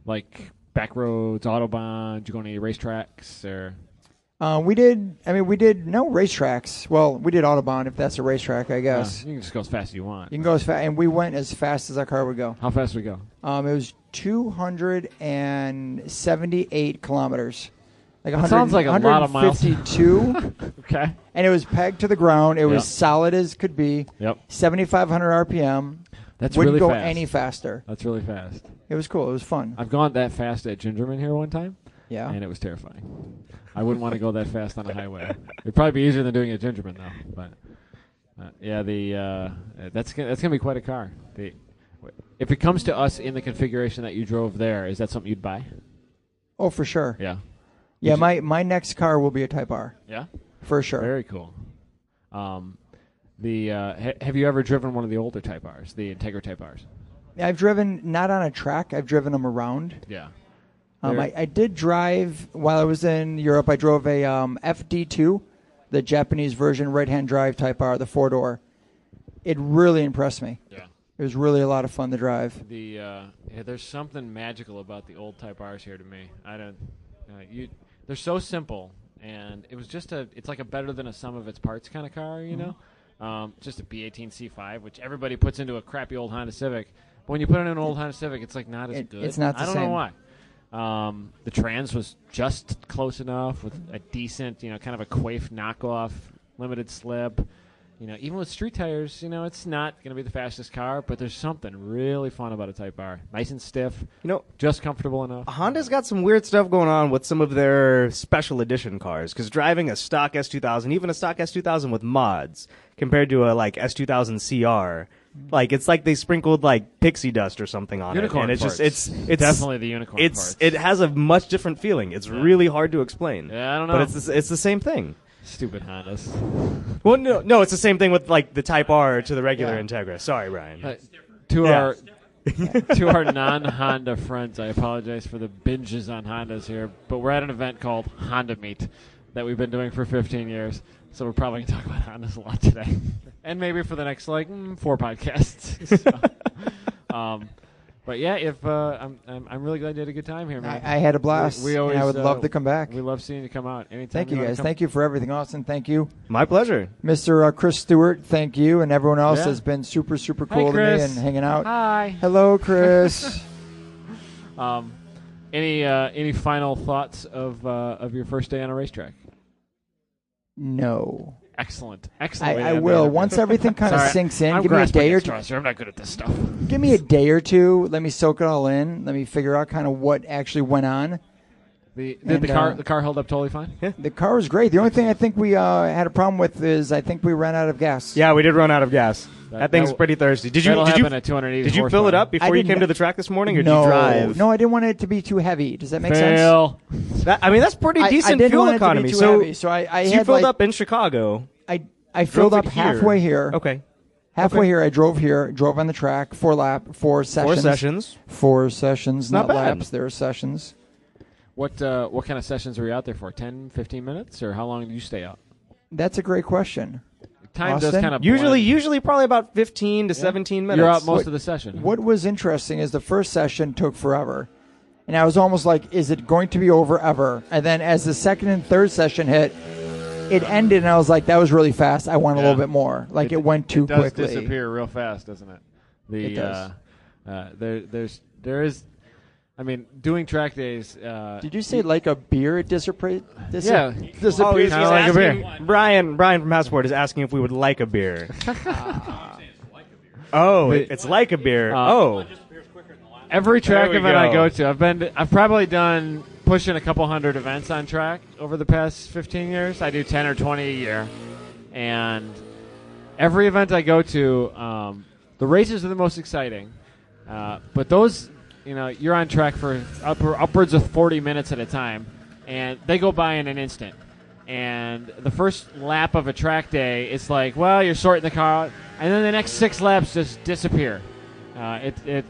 Speaker 2: Like back roads, autobahn? Did you go on any racetracks or?
Speaker 4: Uh, we did. I mean, we did no racetracks. Well, we did autobahn if that's a racetrack, I
Speaker 2: Uh,
Speaker 4: guess.
Speaker 2: you can just go as fast as you want.
Speaker 4: You can go as fast, and we went as fast as our car would go.
Speaker 2: How fast do we go?
Speaker 4: Um, it was 278 kilometers. Like
Speaker 2: That sounds like a lot of miles.
Speaker 4: 152,
Speaker 2: Okay.
Speaker 4: and it was pegged to the ground. It was
Speaker 2: Yeah.
Speaker 4: solid as could be.
Speaker 2: Yep.
Speaker 4: 7,500 RPM.
Speaker 2: That's
Speaker 4: Wouldn't
Speaker 2: really
Speaker 4: go
Speaker 2: fast.
Speaker 4: any faster.
Speaker 2: That's really fast.
Speaker 4: It was cool. It was fun.
Speaker 2: I've gone that fast at Gingerman here one time,
Speaker 4: yeah.
Speaker 2: and it was terrifying. I wouldn't want to go that fast on a highway. It'd probably be easier than doing it at Gingerman though. But uh, yeah, the uh, that's gonna, that's gonna be quite a car. The, if it comes to us in the configuration that you drove there, is that something you'd buy?
Speaker 4: oh, for sure.
Speaker 2: Yeah.
Speaker 4: Yeah,
Speaker 2: Would you-
Speaker 4: my, my next car will be a Type R.
Speaker 2: Yeah.
Speaker 4: For sure.
Speaker 2: Very cool. Um, the uh, ha- have you ever driven one of the older Type R's, the Integra Type R's?
Speaker 4: I've driven not on a track. I've driven them around.
Speaker 2: Yeah.
Speaker 4: Um,
Speaker 2: There-
Speaker 4: I, I did drive while I was in Europe. I drove a um, FD2, the Japanese version right-hand drive Type R, the four-door. It really impressed me.
Speaker 2: Yeah.
Speaker 4: It was really a lot of fun to drive.
Speaker 2: The uh, yeah, there's something magical about the old Type R's here to me. I don't. Uh, you, they're so simple, and it was just a. It's like a better than a sum of its parts kind of car, you
Speaker 4: Mm-hmm.
Speaker 2: know. Um, just a B18C5, which everybody puts into a crappy old Honda Civic. But when you put it in an old Honda Civic, it's like not as
Speaker 4: It-
Speaker 2: good.
Speaker 4: it's not the
Speaker 2: I don't
Speaker 4: same.
Speaker 2: know why. Um, the trans was just close enough with a decent, you know, kind of a quaif knockoff, limited slip. You know, even with street tires, you know, it's not going to be the fastest car, but there's something really fun about a Type R. Nice and stiff,
Speaker 1: You know,
Speaker 2: just comfortable enough.
Speaker 1: Honda's got some weird stuff going on with some of their special edition cars because driving a stock S2000, even a stock S2000 with mods, compared to a like S2000 CR, like it's like they sprinkled like pixie dust or something on
Speaker 2: Unicorn
Speaker 1: it, and it's just
Speaker 2: parts.
Speaker 1: it's it's
Speaker 2: Definitely the unicorn
Speaker 1: It's
Speaker 2: parts.
Speaker 1: it has a much different feeling. It's really hard to explain.
Speaker 2: Yeah, I don't
Speaker 1: but
Speaker 2: know.
Speaker 1: it's the, s- it's the same thing.
Speaker 2: Stupid Hondas.
Speaker 1: Well, no, no, it's the same thing with like the Type R to the regular
Speaker 2: Yeah.
Speaker 1: Integra. Sorry, Ryan.
Speaker 2: Uh, to
Speaker 1: Yeah.
Speaker 2: our to our non Honda friends, I apologize for the binges on Hondas here, but we're at an event called Honda Meet that we've been doing for 15 years, so we're probably going to talk about Hondas a lot today, and maybe for the next like mm, four podcasts. So, um, but yeah, if uh, I'm, I'm I'm really glad you had a good time here, man.
Speaker 4: I, I had a blast.
Speaker 2: We- we
Speaker 4: and I
Speaker 2: always,
Speaker 4: would
Speaker 2: uh,
Speaker 4: love to come back.
Speaker 2: we love seeing you come out anytime.
Speaker 4: Thank you guys. Thank you for everything, Austin. Thank you,
Speaker 1: My pleasure.
Speaker 4: Mr. Uh, Chris Stewart. Thank you, and everyone else
Speaker 2: Yeah.
Speaker 4: has been super, super
Speaker 2: Hi,
Speaker 4: cool to me
Speaker 2: Chris.
Speaker 4: and hanging out.
Speaker 2: Hi.
Speaker 4: Hello, Chris.
Speaker 2: Um, any uh, any final thoughts of uh, of your first day on a racetrack?
Speaker 4: no,
Speaker 2: Excellent, excellent.
Speaker 4: I,
Speaker 2: way to
Speaker 4: I
Speaker 2: end the
Speaker 4: will.
Speaker 2: interview.
Speaker 4: Once everything kind of
Speaker 2: Sorry,
Speaker 4: sinks in,
Speaker 2: I'm
Speaker 4: give me a
Speaker 2: grasping
Speaker 4: day
Speaker 2: at
Speaker 4: or two.
Speaker 2: straws here. I'm not good at this stuff.
Speaker 4: Give me a day or two. Let me soak it all in. Let me figure out kind of what actually went on.
Speaker 2: The, did
Speaker 4: And,
Speaker 2: the car
Speaker 4: uh,
Speaker 2: the car held up totally fine?
Speaker 4: The car was great. The only thing I think we uh, had a problem with is I think we ran out of gas.
Speaker 1: Yeah, we did run out of gas. That,
Speaker 2: That-
Speaker 1: thing's
Speaker 2: that-
Speaker 1: pretty thirsty. Did you
Speaker 2: That'll
Speaker 1: did you
Speaker 2: happen at 280.
Speaker 1: Did you fill it up
Speaker 4: I
Speaker 1: before you
Speaker 4: did
Speaker 1: came
Speaker 4: not-
Speaker 1: to the track this morning, or did
Speaker 4: no,
Speaker 1: you drive?
Speaker 4: no, I didn't want it to be too heavy. Does that make sense?
Speaker 2: Fail.
Speaker 1: That- I mean that's pretty
Speaker 4: I- I
Speaker 1: decent
Speaker 4: didn't
Speaker 1: fuel
Speaker 4: want it to be
Speaker 1: economy.
Speaker 4: too
Speaker 1: so,
Speaker 4: heavy, so I- I
Speaker 1: so you
Speaker 4: had,
Speaker 1: filled
Speaker 4: like-
Speaker 1: up in Chicago.
Speaker 4: I I filled
Speaker 1: drove
Speaker 4: up
Speaker 1: it
Speaker 4: halfway here.
Speaker 1: Okay,
Speaker 4: Halfway
Speaker 1: Okay.
Speaker 4: here, I drove here, drove on the track, four lap,
Speaker 1: four
Speaker 4: four sessions,
Speaker 1: sessions.
Speaker 4: four sessions,
Speaker 1: Not
Speaker 4: not,
Speaker 1: bad.
Speaker 4: laps. There are sessions.
Speaker 2: What uh, what kind of sessions were you out there for? 10, 15 minutes, or how long did you stay out?
Speaker 4: That's a great question.
Speaker 2: Time does
Speaker 4: Austin?
Speaker 2: kind of
Speaker 1: Usually, usually probably about fifteen to seventeen minutes.
Speaker 2: you're out most
Speaker 4: What-
Speaker 2: of the session.
Speaker 4: What was interesting is the first session took forever, and I was almost like, "Is it going to be over ever?" And then as the second and third session hit, it ended, and I was like, "That was really fast. I want a
Speaker 2: Yeah.
Speaker 4: little bit more." Like it, went too
Speaker 2: it does
Speaker 4: quickly.
Speaker 2: disappear real fast, doesn't it? The,
Speaker 4: It does.
Speaker 2: Uh, uh, there there's there is, I mean, doing track days. Uh,
Speaker 4: Did you say like a beer? It disappeared. Dis-
Speaker 2: Yeah.
Speaker 1: Oh, he's,
Speaker 4: disappeared.
Speaker 1: he's
Speaker 2: Kinda like a
Speaker 1: asking,
Speaker 2: beer.
Speaker 1: Brian, Brian from Houseport is asking if we would like a beer. oh, it- it's like a beer.
Speaker 2: Uh,
Speaker 1: oh,
Speaker 2: Every track
Speaker 1: There we
Speaker 2: event I
Speaker 1: go.
Speaker 2: go to, I've been, to, I've probably done pushing a couple hundred events on track over the past 15 years. I do 10 or 20 a year, and every event I go to, um, the races are the most exciting. Uh, but those, you know, you're on track for upper, upwards of 40 minutes at a time, and they go by in an instant. And the first lap of a track day, it's like, well, you're sorting the car out, and then the next six laps just disappear. Uh, it, it,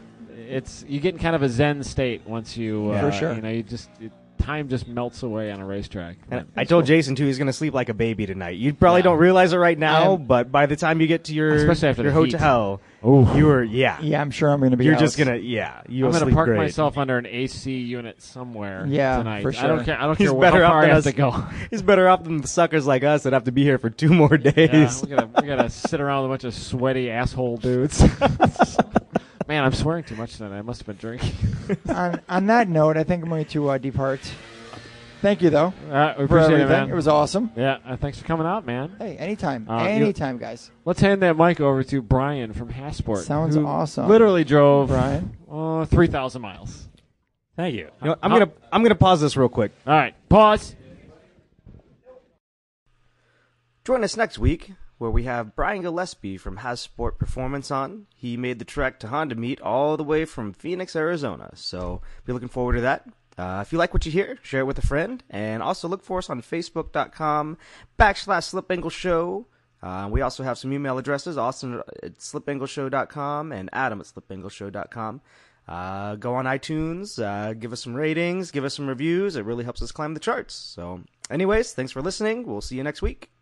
Speaker 2: it's you get in kind of a zen state once you, uh,
Speaker 4: For sure.
Speaker 2: you know, you just it, time just melts away on a racetrack.
Speaker 1: And
Speaker 2: But-
Speaker 1: I told Jason too he's gonna sleep like a baby tonight. You probably
Speaker 2: Yeah.
Speaker 1: don't realize it right now,
Speaker 4: I'm-
Speaker 1: but by the time you get to your
Speaker 2: Especially after
Speaker 1: your
Speaker 2: the heat.
Speaker 1: hotel,
Speaker 2: Ooh.
Speaker 1: you were yeah,
Speaker 4: Yeah, I'm sure I'm going to be.
Speaker 1: you're just
Speaker 4: out.
Speaker 1: gonna yeah, you'll
Speaker 2: I'm gonna
Speaker 1: sleep
Speaker 2: park
Speaker 1: great.
Speaker 2: myself under an AC unit somewhere
Speaker 4: Yeah,
Speaker 2: tonight.
Speaker 4: for
Speaker 2: I
Speaker 4: sure.
Speaker 2: don't care. I don't
Speaker 1: He's
Speaker 2: care where,
Speaker 1: better
Speaker 2: how
Speaker 1: off
Speaker 2: far I
Speaker 1: than
Speaker 2: have
Speaker 1: us.
Speaker 2: to go.
Speaker 1: He's better off than suckers like us that have to be here for two more
Speaker 2: Yeah,
Speaker 1: days.
Speaker 2: we gotta we gotta sit around with a bunch of sweaty asshole dudes. Man, I'm swearing too much tonight. I must have been drinking.
Speaker 4: on, on that note, I think I'm going to uh, depart. Thank you though
Speaker 2: All right, Uh, we
Speaker 4: for
Speaker 2: appreciate it,
Speaker 4: everything.
Speaker 2: man.
Speaker 4: was awesome.
Speaker 2: yeah, uh, thanks for coming out, man.
Speaker 4: Hey, anytime,
Speaker 2: Uh, you-
Speaker 4: anytime, guys.
Speaker 2: Let's hand that mic over to Brian from Hasport.
Speaker 4: Sounds
Speaker 2: who
Speaker 4: awesome.
Speaker 2: Literally drove
Speaker 4: Brian.
Speaker 2: uh, three thousand miles.
Speaker 5: Thank you.
Speaker 1: You know, I'm
Speaker 2: How-
Speaker 1: gonna I'm gonna pause this real quick.
Speaker 2: All right, pause.
Speaker 6: Join us next week where we have Brian Gillespie from Has Sport Performance on. He made the trek to Honda Meet all the way from Phoenix, Arizona. So be looking forward to that. Uh, if you like what you hear, share it with a friend, and also look for us on Facebook.com backslash Slip Angle Show. Uh, we also have some email addresses, Austin at slipangleshow.com and Adam at slipangleshow.com. Uh, go on iTunes, uh, give us some ratings, give us some reviews. It really helps us climb the charts. So, anyways, thanks for listening. We'll see you next week.
Speaker 4: Oh,